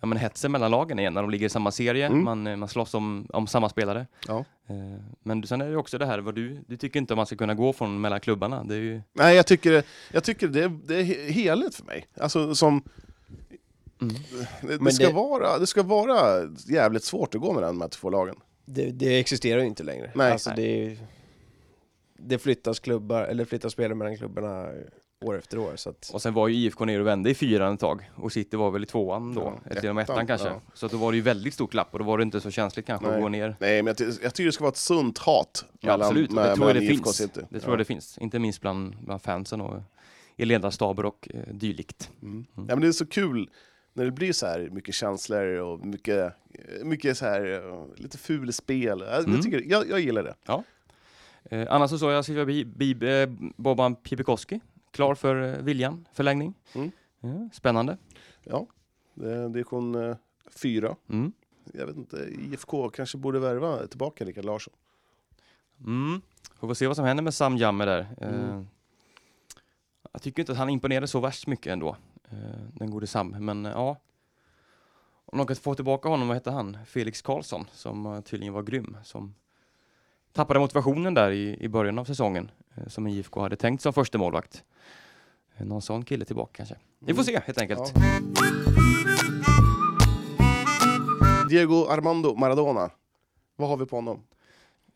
Speaker 1: ja, men hetsen mellan lagen igen när de ligger i samma serie.
Speaker 2: Mm.
Speaker 1: Man, eh, man slåss om, om samma spelare.
Speaker 2: Ja.
Speaker 1: Eh, men sen är det också det här vad du, du tycker inte om man ska kunna gå från mellan klubbarna. Det är ju,
Speaker 2: Nej, jag tycker, jag tycker det, det är he- heligt för mig. Alltså som...
Speaker 1: Mm.
Speaker 2: Det, det,
Speaker 3: Men
Speaker 2: ska
Speaker 3: det-
Speaker 2: Vara, det ska vara jävligt svårt att gå mellan de här två lagen.
Speaker 3: Det, det existerar ju inte längre.
Speaker 2: Nej.
Speaker 3: Alltså, Det, det flyttas klubbar, eller flyttas spelare mellan klubbarna år efter år. Så att,
Speaker 1: och sen var ju IFK nere och vände i fyran ett tag och City var väl i tvåan då,
Speaker 2: Ja,
Speaker 1: eller till och med ettan
Speaker 2: ettan,
Speaker 1: kanske.
Speaker 2: ja.
Speaker 1: Så att då var det ju väldigt stort glapp och då var det inte så känsligt kanske att
Speaker 2: Nej.
Speaker 1: gå ner.
Speaker 2: Nej, men jag, ty- jag tycker det ska vara ett sunt hat
Speaker 1: Ja, absolut,
Speaker 2: mellan-
Speaker 1: det tror jag det
Speaker 2: mellan IFK
Speaker 1: finns.
Speaker 2: och City.
Speaker 1: Det tror jag det finns, inte minst bland, bland fansen och eh, i ledarstaber och eh, dylikt.
Speaker 2: Mm. Ja, men det är så kul när det blir så här mycket känslor och mycket, mycket så här, eh, lite ful spel. Jag,
Speaker 1: Mm.
Speaker 2: jag, tycker, jag, jag gillar det.
Speaker 1: Eh, annars så såg jag Silvia Bi- Bi- eh, Boban Pibikoski, klar för eh, Viljan, förlängning.
Speaker 2: Mm.
Speaker 1: Ja, spännande.
Speaker 2: Ja, det, det är kon eh, fyra.
Speaker 1: Mm.
Speaker 2: Jag vet inte, IFK kanske borde värva tillbaka Rickard Larsson.
Speaker 1: Mm. Får vi se vad som händer med Sam Jammer där. Eh,
Speaker 2: Mm.
Speaker 1: jag tycker inte att han imponerade så värst mycket ändå, eh, den gode Sam. Men eh, ja, om de kan få tillbaka honom, vad hette han? Felix Karlsson, som eh, tydligen var grym, som tappade motivationen där i, i början av säsongen, eh, som IFK hade tänkt som första målvakt. Eh, Någon sån kille tillbaka kanske. Vi
Speaker 2: Mm.
Speaker 1: får se helt enkelt.
Speaker 2: Diego Armando Maradona, vad har vi på honom?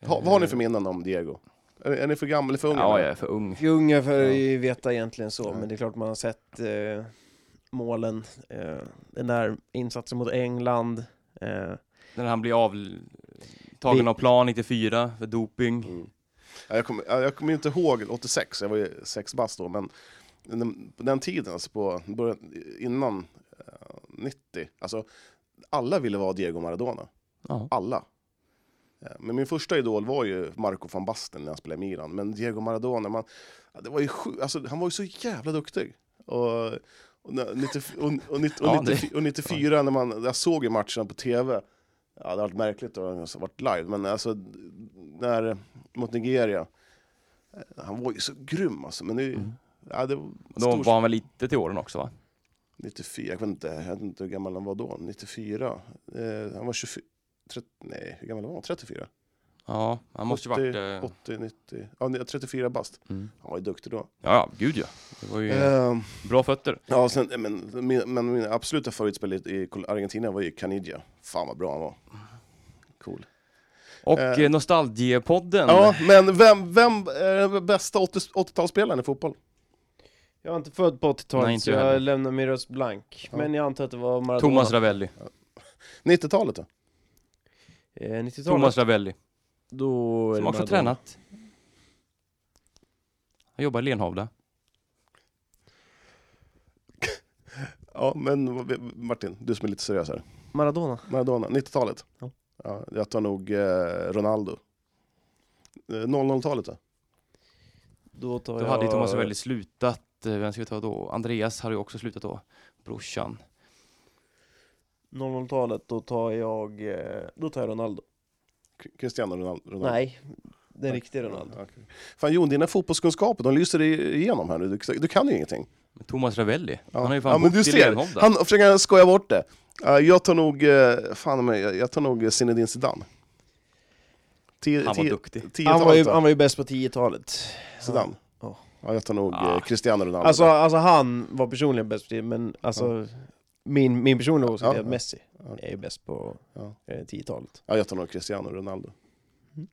Speaker 2: Ha, vad har ni för minnen om Diego? Är, är ni för gamla eller för unga?
Speaker 1: Ja, jag är för ung.
Speaker 3: ju unga för att
Speaker 2: Ja.
Speaker 3: veta egentligen så,
Speaker 2: Ja.
Speaker 3: men det är klart man har sett eh, målen. Eh, den där insatsen mot England. Eh,
Speaker 1: När han blir av... Tagen
Speaker 3: Vi-
Speaker 1: av plan 94 för doping.
Speaker 2: Mm. Ja, jag, kommer, ja, jag kommer inte ihåg 86, jag var ju sex bast då, men den, på den tiden, alltså på, början, innan eh, 90, alltså alla ville vara Diego Maradona.
Speaker 1: Ja.
Speaker 2: Alla. Eh, Men min första idol var ju Marco van Basten när jag spelade i Milan. Men Diego Maradona, man, ja, det var ju sju, alltså, han var ju så jävla duktig. Och, och, när- 90 och, och, 90 och,
Speaker 1: Ja, det-
Speaker 2: 90 och 94, när man, jag såg ju matcherna på tv, ja, det hade varit märkligt om det hade varit live, men alltså, när, mot Nigeria, eh, han var ju så grym alltså. Men det,
Speaker 1: Mm.
Speaker 2: ja, det var
Speaker 1: Och Då
Speaker 2: stor-
Speaker 1: var han väl lite till åren också va?
Speaker 2: 94, jag vet, inte, jag vet inte hur gammal han var då, 94. Eh, han var 24, 30, nej hur gammal var han? 34?
Speaker 1: Ja, han måste ju
Speaker 2: 80,
Speaker 1: varit... Eh,
Speaker 2: 80, 90, ja, nej, 34 bast.
Speaker 1: mm.
Speaker 2: Han var ju duktig då.
Speaker 1: ja, ja, gud ja. Det var ju
Speaker 2: Ehm,
Speaker 1: bra fötter.
Speaker 2: ja, sen, eh, men, min, men min absoluta favoritspelare i i Argentina var ju Canidia. Fan vad bra han var. Cool.
Speaker 1: Och
Speaker 2: eh,
Speaker 1: eh, Nostalgiepodden.
Speaker 2: Ja, men vem, vem är den bästa 80 80-talsspelaren i fotboll?
Speaker 3: jag var inte född på 80-talet,
Speaker 1: Nej, inte
Speaker 3: så
Speaker 1: jag
Speaker 3: jag
Speaker 1: heller.
Speaker 3: lämnar min röst blank.
Speaker 2: Ja.
Speaker 3: Men jag antar att det var Maradona.
Speaker 1: Thomas Ravelli.
Speaker 2: 90-talet då?
Speaker 3: eh, 90-talet.
Speaker 1: Thomas Ravelli.
Speaker 3: Då är
Speaker 1: Som
Speaker 3: det
Speaker 1: också
Speaker 3: Maradona.
Speaker 1: tränat. Han jobbar i Lenhovda.
Speaker 2: Ja, men vad- Martin, du som är lite seriös här.
Speaker 3: Maradona.
Speaker 2: Maradona, 90-talet?
Speaker 3: Ja.
Speaker 2: Ja, jag tar nog eh, Ronaldo. Eh, 00-talet då?
Speaker 3: Då tar
Speaker 1: Då
Speaker 3: jag...
Speaker 1: hade ju Thomas Ravelli slutat. Eh, Vem ska vi ta då? Andreas hade ju också slutat då. Brorsan.
Speaker 3: 00-talet, då tar jag... eh, Då tar jag Ronaldo.
Speaker 2: K- Cristiano Ronal- Ronaldo?
Speaker 3: Nej, den riktiga Ronaldo.
Speaker 2: Ja, okej. Fan Jon, dina fotbollskunskaper, de lyser i- igenom här nu. Du, du kan ju ingenting.
Speaker 1: Men Thomas Ravelli.
Speaker 2: Ja.
Speaker 1: Han har ju
Speaker 2: Ja,
Speaker 1: fan
Speaker 2: men
Speaker 1: bott
Speaker 2: du
Speaker 1: i
Speaker 2: ser.
Speaker 1: Lenhovda.
Speaker 2: Han försöker skoja bort det. Eh, jag tar nog, uh, fan mig, jag jag tar nog eh, Zinedine Zidane. Tio,
Speaker 1: Han var
Speaker 2: tio-
Speaker 1: duktig.
Speaker 3: Han var, ju,
Speaker 2: Tiotalet
Speaker 3: han
Speaker 2: då?
Speaker 3: var ju bäst på 10-talet.
Speaker 2: Zidane?
Speaker 3: Ja.
Speaker 2: Ja, jag tar nog eh,
Speaker 1: Ah.
Speaker 2: Cristiano Ronaldo.
Speaker 3: Alltså, alltså han var personligen bäst på 10 men alltså min, min personliga åsikt
Speaker 2: Ja,
Speaker 3: är att
Speaker 2: ja.
Speaker 3: Messi
Speaker 2: Ja.
Speaker 3: är ju bäst på
Speaker 2: Ja.
Speaker 3: eh, 10-talet.
Speaker 2: ja, jag tar nog Cristiano Ronaldo.
Speaker 3: Mm.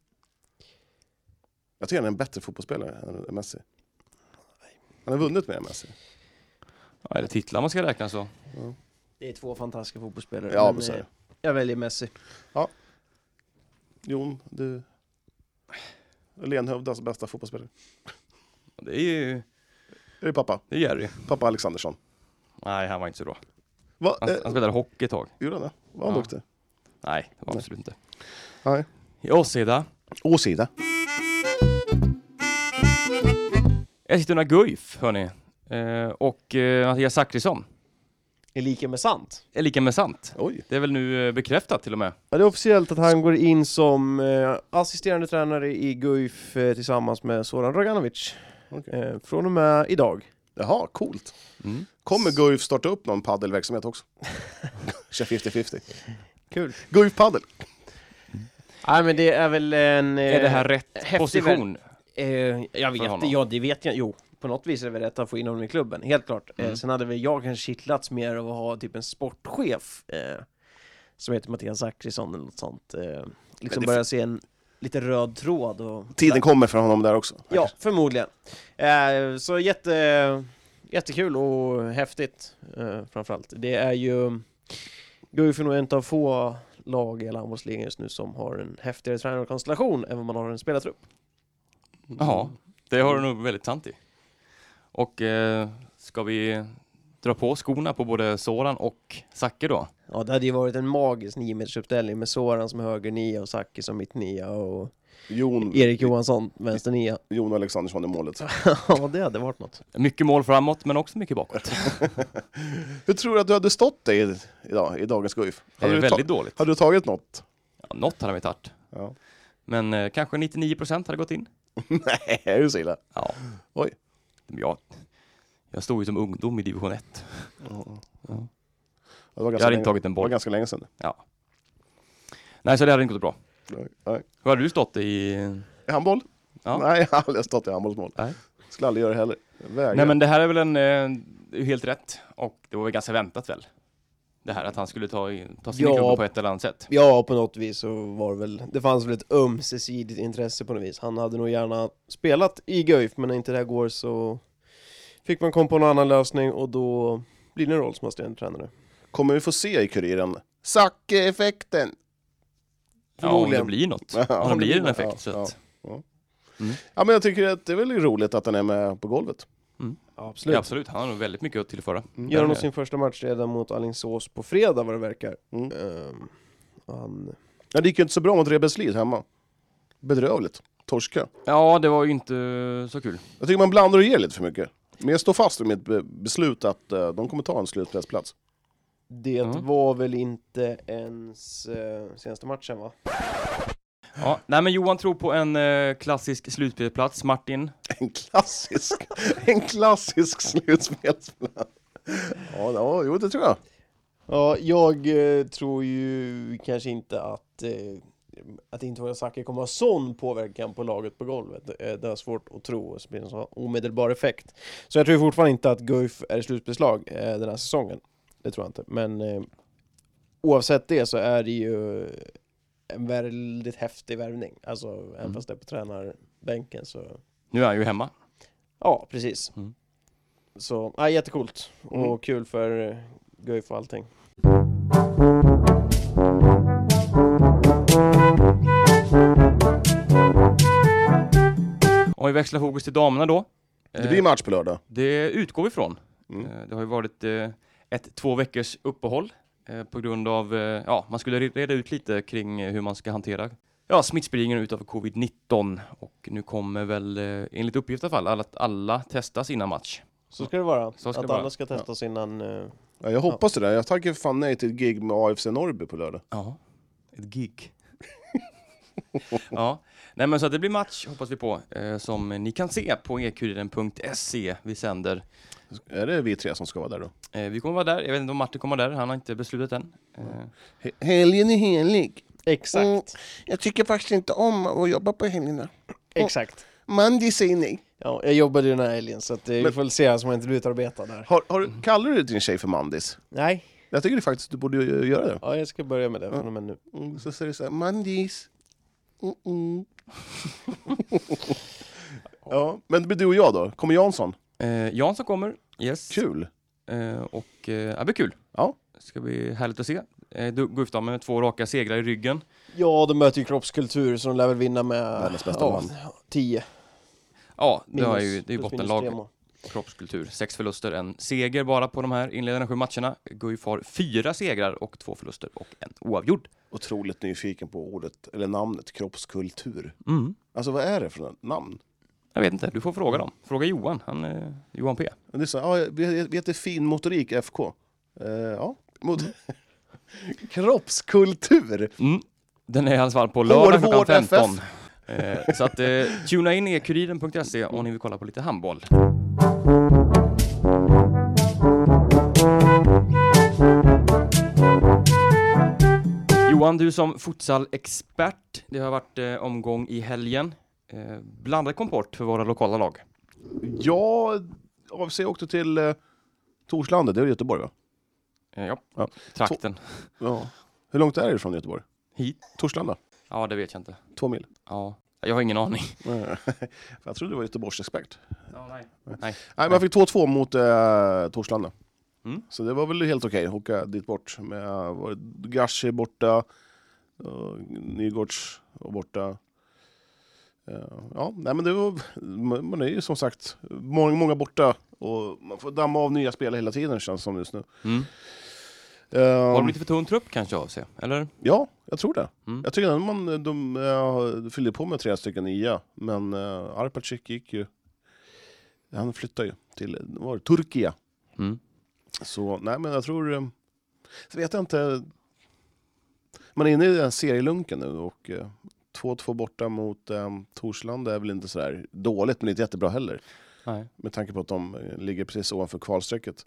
Speaker 2: Jag tycker han är en bättre fotbollsspelare än Messi. Han har vunnit mer än Messi.
Speaker 1: Ja, eller titlar man ska räkna så.
Speaker 3: Det är två fantastiska fotbollsspelare.
Speaker 2: Ja,
Speaker 3: men,
Speaker 2: men så är
Speaker 3: eh,
Speaker 2: det.
Speaker 3: jag väljer Messi.
Speaker 2: Jon, du? Lenhövdas bästa fotbollsspelare.
Speaker 1: Det är ju
Speaker 2: Det är pappa.
Speaker 1: det är Jerry.
Speaker 2: Pappa Alexandersson.
Speaker 1: Nej, han var inte så bra.
Speaker 2: Va?
Speaker 1: Han, han
Speaker 2: Eh,
Speaker 1: spelade hockey ett tag.
Speaker 2: gjorde han det? Var han
Speaker 1: Ja.
Speaker 2: duktig?
Speaker 1: Nej, det var
Speaker 2: Nej.
Speaker 1: absolut inte.
Speaker 2: Nej.
Speaker 1: I Åseda,
Speaker 2: Åsida.
Speaker 1: Eskilstuna Guif, hörni. Eh, och eh, Mattias Zachrisson
Speaker 3: Är lika med sant.
Speaker 1: är lika med sant.
Speaker 2: Oj.
Speaker 1: Det är väl nu eh, bekräftat till och med.
Speaker 3: Ja, det är officiellt att han går in som eh, assisterande tränare i Guif eh, tillsammans med Zoran Roganovic.
Speaker 2: Okej.
Speaker 3: Eh, från och med idag.
Speaker 2: Jaha, coolt.
Speaker 1: Mm.
Speaker 2: Kommer Guif starta upp någon paddelverksamhet också? Kör 50-50.
Speaker 3: Kul.
Speaker 2: Guif paddel.
Speaker 3: Nej men det är väl en... eh,
Speaker 1: Är det här rätt
Speaker 3: häftig
Speaker 1: position?
Speaker 3: Eh, jag vet
Speaker 1: för honom.
Speaker 3: ja det vet jag Jo, på något vis är det väl rätt att få in honom i klubben, helt klart. Eh,
Speaker 1: Mm.
Speaker 3: sen hade väl jag kanske kittlats mer av att ha typ en sportchef eh, som heter Mattias Zachrisson eller något sånt. Eh, liksom
Speaker 2: det-
Speaker 3: börja se en lite röd tråd och...
Speaker 2: Tiden kommer för honom där också.
Speaker 3: Ja, förmodligen. Eh, så jätte, jättekul och häftigt eh, framförallt. Det är ju Guif är nog en av få lag i hela handbollsligan just nu som har en häftigare tränarkonstellation än vad man har en spelartrupp. Mm.
Speaker 1: Jaha, det har du nog väldigt sant i. Och eh, ska vi dra på skorna på både Soran och Zacke då?
Speaker 3: Ja, det hade ju varit en magisk niometersuppställning med Soran som höger nia och Saki som mitt nia och
Speaker 2: Jon,
Speaker 3: Erik Johansson vänster nia.
Speaker 2: Jon Alexandersson i målet.
Speaker 3: ja, det hade varit något.
Speaker 1: Mycket mål framåt men också mycket bakåt.
Speaker 2: Hur tror du att du hade stått dig i- idag, i dagens Guif?
Speaker 1: Det
Speaker 2: Hade
Speaker 1: är
Speaker 2: du, ta-
Speaker 1: väldigt dåligt.
Speaker 2: hade du tagit något?
Speaker 1: Ja, något hade vi tagit.
Speaker 2: Ja.
Speaker 1: Men eh, kanske 99% hade gått in.
Speaker 2: Nej, är det så illa?
Speaker 1: Ja.
Speaker 2: Oj.
Speaker 1: Men Jag, jag stod ju som ungdom i division 1.
Speaker 2: Det var
Speaker 1: Jag
Speaker 2: ganska,
Speaker 1: hade inte
Speaker 2: länge,
Speaker 1: tagit en
Speaker 2: det var
Speaker 1: boll.
Speaker 2: ganska länge sedan.
Speaker 1: Ja. Nej, så det hade inte gått bra.
Speaker 2: Nej, Nej.
Speaker 1: Hur hade du stått i...
Speaker 2: I handboll?
Speaker 1: Ja.
Speaker 2: Nej, jag har aldrig stått i handbollsmål.
Speaker 1: Nej.
Speaker 2: Skulle aldrig göra det heller. Vägrar.
Speaker 1: Nej men det här är väl en... Eh, det är ju helt rätt. Och det var väl ganska väntat väl? Det här att han skulle ta, i- ta sin
Speaker 3: Ja.
Speaker 1: klubba på ett eller annat sätt.
Speaker 3: Ja, på något vis så var det väl, det fanns väl ett ömsesidigt intresse på något vis. Han hade nog gärna spelat i Guif, men när inte det här går så fick man komma på någon annan lösning och då blir det en roll som assisterande tränare.
Speaker 2: Kommer vi få se i Kuriren? Sacke-effekten!
Speaker 1: Ja, om det
Speaker 3: Förmodligen.
Speaker 1: blir något.
Speaker 2: Ja,
Speaker 1: Om det blir en effekt.
Speaker 2: ja,
Speaker 1: så att, Mm.
Speaker 2: Ja, men jag tycker att det är väl roligt att den är med på golvet.
Speaker 1: absolut. Ja, absolut, han har nog väldigt mycket att tillföra.
Speaker 3: Gör nog sin första match redan mot Alingsås på fredag vad det verkar.
Speaker 2: Mm.
Speaker 3: Ehm, han...
Speaker 2: Ja, det gick ju inte så bra mot Rebeslid hemma. Bedrövligt. Torska.
Speaker 1: Ja, det var ju inte eh, så kul.
Speaker 2: Jag tycker man blandar och ger lite för mycket. Men jag står fast vid mitt be- beslut att eh, de kommer ta en slutspelsplats.
Speaker 3: Det
Speaker 1: Mm.
Speaker 3: var väl inte ens eh, senaste matchen va?
Speaker 1: Ja, nej men Johan tror på en eh, klassisk slutspelsplats. Martin,
Speaker 2: En klassisk, en klassisk slutspelsplats. Ja, ja, jo det tror jag.
Speaker 3: Ja, jag eh, tror ju kanske inte att eh, att inte vara Saki kommer ha sån påverkan på laget på golvet. Det är, det är svårt att tro och så blir det en sån omedelbar effekt. Så jag tror fortfarande inte att Guif är i slutbeslag eh, den här säsongen. Det tror jag inte. Men eh, oavsett det så är det ju en väldigt häftig värvning. Alltså även
Speaker 1: Mm.
Speaker 3: fast det är på tränarbänken så
Speaker 1: nu är han ju hemma.
Speaker 3: ja, precis.
Speaker 1: Mm.
Speaker 3: Så ja, jättecoolt och
Speaker 2: Mm.
Speaker 3: kul för eh, Guif och allting.
Speaker 1: Om vi växlar fokus till damerna då.
Speaker 2: Det
Speaker 1: Eh,
Speaker 2: blir match på lördag.
Speaker 1: det utgår vi från.
Speaker 2: Mm.
Speaker 1: Eh, Det har ju varit eh, ett två veckors uppehåll eh, på grund av, eh, ja, man skulle reda ut lite kring eh, hur man ska hantera ja, smittspridningen utav covid-19 och nu kommer väl, eh, enligt uppgift i alla fall, alla- att alla testas innan match.
Speaker 3: Så ska det vara.
Speaker 1: Så ska
Speaker 3: att
Speaker 1: det vara. Mm.
Speaker 3: alla ska testas innan... eh,
Speaker 2: Ja, jag hoppas det. Där. Jag tackar för fan nej till ett gig med AFC Norrby på lördag.
Speaker 1: Ja, ett gig. ja, nej men så att det blir match hoppas vi på, eh, som ni kan se på ekuriren.se. Vi sänder
Speaker 2: Är det vi tre som ska vara där då?
Speaker 1: Eh, vi kommer vara där. Jag vet inte om Martin kommer vara där. Han har inte beslutat än. Eh,
Speaker 2: He- helgen är helig.
Speaker 3: Exakt,
Speaker 2: Mm. Jag tycker faktiskt inte om att jobba på helgerna.
Speaker 3: exakt.
Speaker 2: Mandy säger nej.
Speaker 3: Ja, jag jobbade ju den här helgen så att, eh, vi
Speaker 2: Men-
Speaker 3: får väl se som jag inte blir utarbetad där.
Speaker 2: Har, har, du- kallar du din tjej för Mandis?
Speaker 3: Nej,
Speaker 2: Jag tycker faktiskt du borde ju göra det.
Speaker 3: ja, jag ska börja med det från och med nu.
Speaker 2: Mm, så säger du så här, Mandis. Mm -mm. ja, men det blir du och jag då. Kommer Jansson?
Speaker 1: eh, Jansson kommer. Yes.
Speaker 2: Kul.
Speaker 1: Eh, och eh, ja, det blir kul.
Speaker 2: Ja.
Speaker 1: Det ska bli härligt att se. Eh, du- Guif damer med två raka segrar i ryggen.
Speaker 3: Ja, de möter ju kroppskultur så de lär väl vinna med...
Speaker 2: Världens bästa
Speaker 3: ja,
Speaker 2: land.
Speaker 3: 10.
Speaker 1: Ja, det,
Speaker 3: Minus-
Speaker 1: har ju, det är ju
Speaker 3: plus minus
Speaker 1: bottenlag.
Speaker 3: tre mål.
Speaker 1: kroppskultur. Sex förluster, en seger bara på de här inledande sju matcherna. Guif har fyra segrar och två förluster och en oavgjord.
Speaker 2: Otroligt nyfiken på ordet, eller namnet, kroppskultur.
Speaker 1: Mm.
Speaker 2: Alltså vad är det för namn?
Speaker 1: Jag vet inte, du får fråga dem. Fråga Johan, han, eh, Johan P.
Speaker 2: Men Det är så, ja, vi vi heter Finmotorik FK. Eh, ja, mot... Kroppskultur!
Speaker 1: Mm. Den är i alla fall på lördag
Speaker 2: Hårvård
Speaker 1: klockan 15.
Speaker 2: FF.
Speaker 1: Eh, så att eh, tuna in ekuriren.se om ni vill kolla på lite handboll. Johan, du som futsal-expert, det har varit eh, omgång i helgen. Eh, blandad komport för våra lokala lag.
Speaker 2: Ja, AFC åkte till eh, Torslanda, det är Göteborg va?
Speaker 1: Eh, ja.
Speaker 2: Ja.
Speaker 1: trakten.
Speaker 2: Ja. Hur långt är det från Göteborg?
Speaker 1: Hit?
Speaker 2: Torslanda?
Speaker 1: Ja, det vet jag inte.
Speaker 2: Två mil?
Speaker 1: Ja, jag har ingen aning.
Speaker 2: Eh, jag trodde du var Göteborgsexpert.
Speaker 1: nej.
Speaker 2: Nej, men jag fick 2-2 mot eh, Torslanda.
Speaker 1: Mm.
Speaker 2: Så det var väl helt okej, åka dit bort. Med, var det Gashi borta, eh, Nygårds var borta. Eh, ja, nej, men det var, man man är ju som sagt många, många borta och man får damma av nya spelare hela tiden känns det som just nu.
Speaker 1: Mm.
Speaker 2: Eh,
Speaker 1: Har de lite för tunn trupp kanske av sig, eller?
Speaker 2: Ja, jag tror det.
Speaker 1: Mm.
Speaker 2: Jag tycker att man, de eh, fyllde på med tre stycken nya, men uh, Arpacik gick ju... Han flyttade ju till vad var det, Turkia.
Speaker 1: Mm.
Speaker 2: Så nej, men jag tror... eh, Så vet jag inte. Man är inne i den serielunken nu och eh, 2-2 borta mot um, Torslanda är väl inte sådär dåligt, men inte jättebra heller.
Speaker 1: Nej.
Speaker 2: Med tanke på att de eh, ligger precis ovanför kvalstrecket.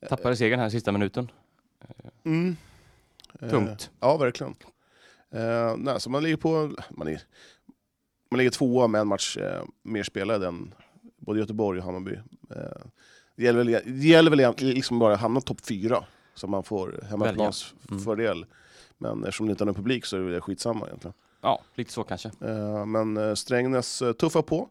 Speaker 2: Eh,
Speaker 1: Tappade segern här sista minuten.
Speaker 2: Mm. Eh,
Speaker 1: Tungt.
Speaker 2: Ja, verkligen. Eh, nej, så man ligger på... Man, är, man ligger tvåa med en match eh, mer spelad än både Göteborg och Hammarby. Eh, det gäller väl, det gäller väl egentligen liksom bara att hamna topp fyra, så man får
Speaker 1: Mm.
Speaker 2: hemmaplansfördel. Men eftersom det inte är någon publik så är det väl skitsamma egentligen.
Speaker 1: Ja, lite så kanske.
Speaker 2: Eh, men eh, Strängnäs eh, tuffar på.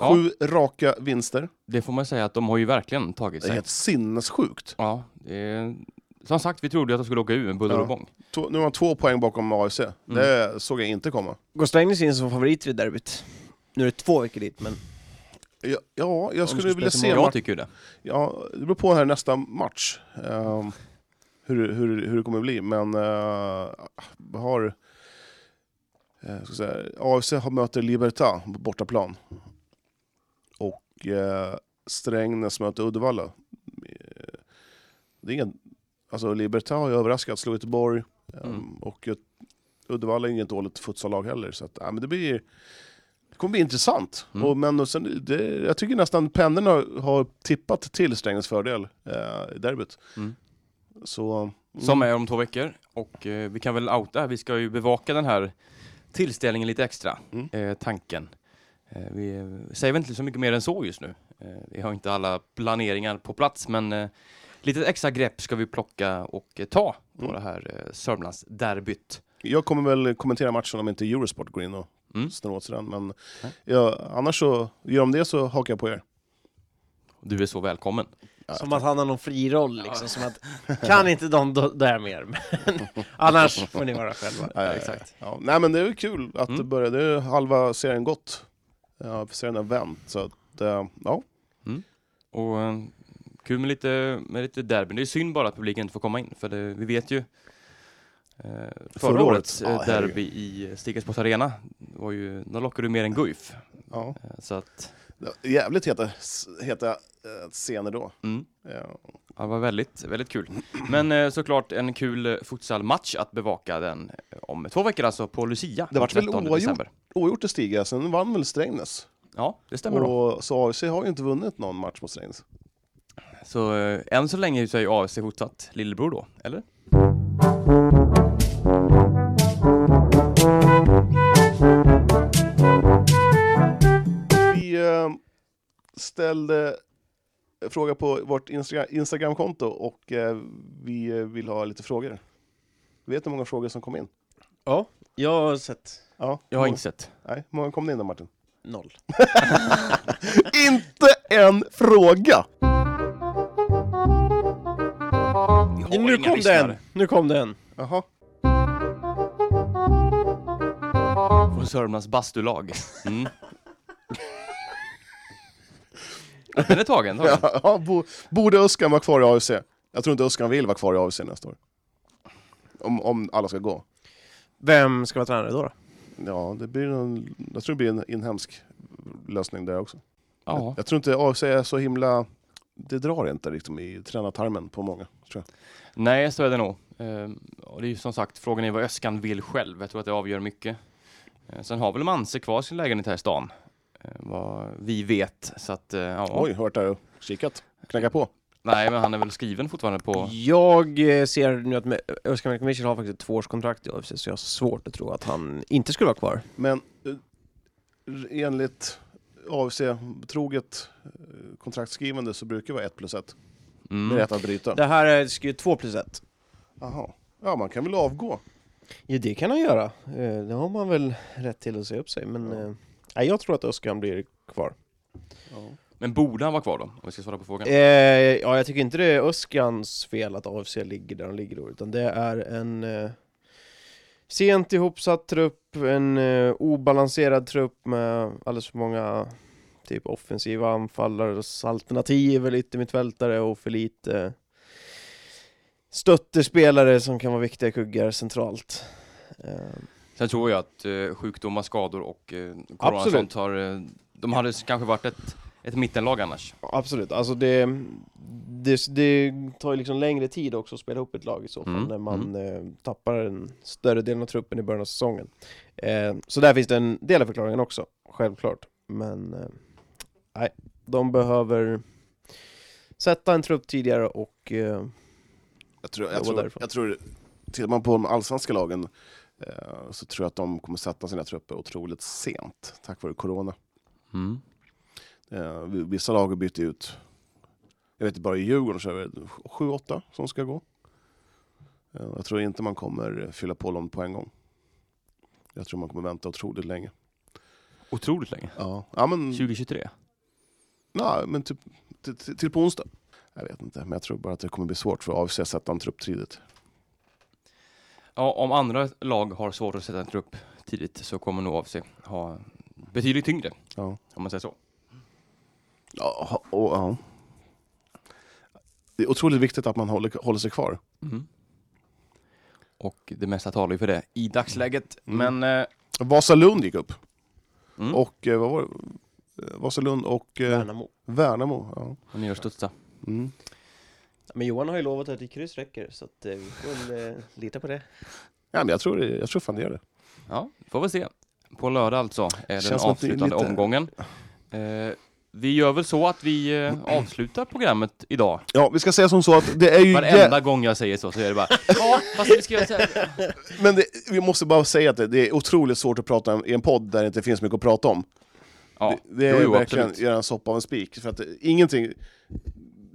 Speaker 1: Ja.
Speaker 2: Sju raka vinster.
Speaker 1: Det får man säga att de har ju verkligen tagit
Speaker 2: Det är
Speaker 1: sig.
Speaker 2: helt sinnessjukt.
Speaker 1: Ja, det är... Som sagt, vi trodde ju att de skulle åka ur med buller
Speaker 2: Ja.
Speaker 1: och bång.
Speaker 2: Två- Nu har man två poäng bakom AFC. Det såg jag inte komma.
Speaker 3: Går Strängnäs in som favoriter i derbyt? Nu är det två veckor dit, men
Speaker 2: Ja, ja jag
Speaker 3: ska
Speaker 2: skulle vilja
Speaker 3: spela
Speaker 2: se
Speaker 1: Jag
Speaker 2: match-
Speaker 1: tycker ju det.
Speaker 2: Ja, det beror på här nästa match. ehm, hur, hur, hur det kommer bli, men eh, har... eh, ska jag säga, AFC har möter Libertad på bortaplan. Och eh, Strängnäs möter Uddevalla. Eh, Det är ingen, alltså Libertad har ju överraskat, slog Göteborg. ehm,
Speaker 1: Mm.
Speaker 2: Och Gö- Uddevalla är inget dåligt futsallag heller. Så att, ja, men det blir... Det kommer bli intressant.
Speaker 1: Mm.
Speaker 2: Och, men och sen, det, jag tycker nästan pendeln har, har tippat till Strängnäs fördel eh, i derbyt.
Speaker 1: Mm.
Speaker 2: Så, mm,
Speaker 1: Som är om två veckor. Och eh, vi kan väl outa, vi ska ju bevaka den här tillställningen lite extra.
Speaker 2: Mm.
Speaker 1: Eh, tanken. Eh, vi eh, säger väl inte så mycket mer än så just nu. Eh, vi har inte alla planeringar på plats, men eh, lite extra grepp ska vi plocka och eh, ta på
Speaker 2: Mm.
Speaker 1: det här eh, Sörmlandsderbyt.
Speaker 2: jag kommer väl kommentera matchen om inte Eurosport går in och
Speaker 1: Mm.
Speaker 2: snor åt sig den. Men
Speaker 1: Nej.
Speaker 2: ja, annars så, gör de det så hakar jag på er.
Speaker 1: Du är så välkommen.
Speaker 3: som att han har någon fri roll liksom, som att kan inte de då, där mer? Men annars får ni vara själva.
Speaker 2: Ja, ja, ja. Eh, Ja, nej men det är ju kul att det
Speaker 1: Mm.
Speaker 2: började, det är halva serien gått. Ja, för serien har vänt. Så att, eh, ja.
Speaker 1: Och eh, kul med lite, med lite derby. Det är synd bara att publiken inte får komma in, för det, vi vet ju eh, förra,
Speaker 2: Förra
Speaker 1: årets
Speaker 2: året?
Speaker 1: eh,
Speaker 2: Ja,
Speaker 1: derby i eh, Stigasports arena, det var ju, då lockade du mer än Guif.
Speaker 2: ja.
Speaker 1: Eh, Så att,
Speaker 2: Det var Jävligt heta, heta eh, scener då. Eh,
Speaker 1: mm,
Speaker 2: Ja.
Speaker 1: ja, det var väldigt, väldigt kul. Men eh, såklart en kul eh, futsalmatch att bevaka den eh, om två veckor alltså, på Lucia.
Speaker 2: Det vart väl
Speaker 1: 13
Speaker 2: oavgjort?
Speaker 1: december.
Speaker 2: Oavgjort i Stiga, sen vann väl Strängnäs.
Speaker 1: Ja, det stämmer då.
Speaker 2: Och, så AFC har ju inte vunnit någon match mot Strängnäs.
Speaker 1: Så eh, än så länge så är ju AFC fortsatt lillebror då, eller?
Speaker 2: Vi eh, ställde en fråga på vårt Instra- Instagramkonto och eh, vi eh, vill ha lite frågor. Vet du hur många frågor som kom in?
Speaker 3: Ja, jag har sett
Speaker 2: Ja,
Speaker 1: Jag har
Speaker 2: många-
Speaker 1: inte sett.
Speaker 2: Nej, hur många kom det in då Martin?
Speaker 3: noll.
Speaker 2: inte en fråga!
Speaker 1: Vi har
Speaker 3: Nu
Speaker 1: inga
Speaker 3: kom
Speaker 1: lyssnare
Speaker 3: den! Nu kom den!
Speaker 2: Jaha.
Speaker 1: Från Sörmlands bastulag. Mm. Den är tagen. tagen.
Speaker 2: Ja, ja, bo, borde Öskan vara kvar i AFC? Jag tror inte Öskan vill vara kvar i AFC nästa år. Om, om alla ska gå.
Speaker 3: Vem ska vara tränare då? då?
Speaker 2: Ja, det blir en, jag tror det blir en inhemsk lösning där också. Jag,
Speaker 1: Ja.
Speaker 2: jag tror inte AFC är så himla... Det drar inte liksom i tränartarmen på många. Tror jag.
Speaker 1: Nej, så är det nog. Ehm, och det är ju som sagt, frågan är vad Öskan vill själv. Jag tror att det avgör mycket. Eh, sen har väl Manse kvar sin lägenhet här i stan. Eh, vad vi vet. Så att, eh, ja.
Speaker 2: Oj, hört där och kikat. Knacka på.
Speaker 1: Nej, men han är väl skriven fortfarande på...
Speaker 3: Jag eh, ser nu att Me- Özcan Melkemichel har faktiskt ett tvåårskontrakt i AFC, så jag har svårt att tro att han inte skulle vara kvar.
Speaker 2: Men eh, enligt AFC, troget eh, kontraktskrivande så brukar det vara ett plus ett. Det är
Speaker 1: Mm.
Speaker 2: rätt att bryta.
Speaker 3: Det här är skrivet 2 plus 1.
Speaker 2: Aha. Ja, man kan väl avgå.
Speaker 3: Ja, det kan han göra. Eh, Det har man väl rätt till att säga upp sig, men...
Speaker 2: Ja.
Speaker 3: eh, Nej, jag tror att Özcan blir kvar.
Speaker 1: Men borde han vara kvar då? Om vi ska svara på frågan.
Speaker 3: Eh, ja, jag tycker inte det är Öskans fel att AFC ligger där de ligger då, utan det är en eh, sent ihopsatt trupp, en eh, obalanserad trupp med alldeles för många typ offensiva anfallares alternativ eller yttermittfältare och för lite stöttespelare som kan vara viktiga kuggar centralt. Eh,
Speaker 1: Sen tror jag att eh, sjukdomar, skador och eh, corona och
Speaker 3: Absolut.
Speaker 1: sånt har... Eh, de hade s- kanske varit ett, ett mittenlag annars.
Speaker 3: Absolut, alltså det, det, det tar ju liksom längre tid också att spela ihop ett lag i så fall
Speaker 1: Mm,
Speaker 3: när man eh, tappar en större delen av truppen i början av säsongen. Eh, så där finns det en del av förklaringen också, självklart. Men eh, nej, de behöver sätta en trupp tidigare och eh,
Speaker 2: Jag tror,
Speaker 3: Jag
Speaker 2: jag
Speaker 3: var
Speaker 2: tror,
Speaker 3: därifrån.
Speaker 2: jag tror, tittar man på de allsvenska lagen eh, så tror jag att de kommer sätta sina trupper otroligt sent, tack vare corona.
Speaker 1: Mm.
Speaker 2: Eh, v- vissa lag har bytt ut, jag vet bara i Djurgården så är det 7-8 som ska gå. Eh, jag tror inte man kommer fylla på dem på en gång. Jag tror man kommer vänta otroligt länge.
Speaker 1: Otroligt länge.
Speaker 2: Ja, ja men,
Speaker 1: 2023.
Speaker 2: nej, men typ, till, till, till på onsdag. Jag vet inte, men jag tror bara att det kommer bli svårt för AFC att sätta en trupp tidigt.
Speaker 1: Ja, om andra lag har svårt att sätta en trupp tidigt så kommer nog AFC ha betydligt tyngre,
Speaker 2: Ja.
Speaker 1: om man säger så.
Speaker 2: Ja, och, ja. Det är otroligt viktigt att man håller, håller sig kvar.
Speaker 1: Och det mesta talar ju för det i dagsläget.
Speaker 2: Mm.
Speaker 1: Men eh,
Speaker 2: Vasalund gick upp.
Speaker 1: Mm.
Speaker 2: Och eh, vad var det? Eh, Vasalund och eh,
Speaker 3: Värnamo.
Speaker 2: Värnamo. Ja.
Speaker 1: han är och studsa.
Speaker 2: Mm.
Speaker 3: Men Johan har ju lovat att ett kryss räcker, så att, eh, vi får väl eh, lita på det.
Speaker 2: Ja, men jag, tror, det- jag tror fan det gör det.
Speaker 1: Ja, får vi se. På lördag alltså är
Speaker 2: Känns
Speaker 1: den
Speaker 2: som att det är
Speaker 1: avslutande
Speaker 2: lite-
Speaker 1: omgången. Eh, vi gör väl så att vi eh, avslutar programmet idag.
Speaker 2: Ja, vi ska säga som så att det är ju...
Speaker 1: Varenda gång jag säger så så är det bara Ja, fast vi ska göra så här.
Speaker 2: jä- Men det, vi måste bara säga att det, det är otroligt svårt att prata om- i en podd där det inte finns mycket att prata om.
Speaker 1: Ja,
Speaker 2: det det
Speaker 1: jo,
Speaker 2: är
Speaker 1: jo,
Speaker 2: verkligen
Speaker 1: absolut.
Speaker 2: göra en soppa av en spik. För att det, ingenting,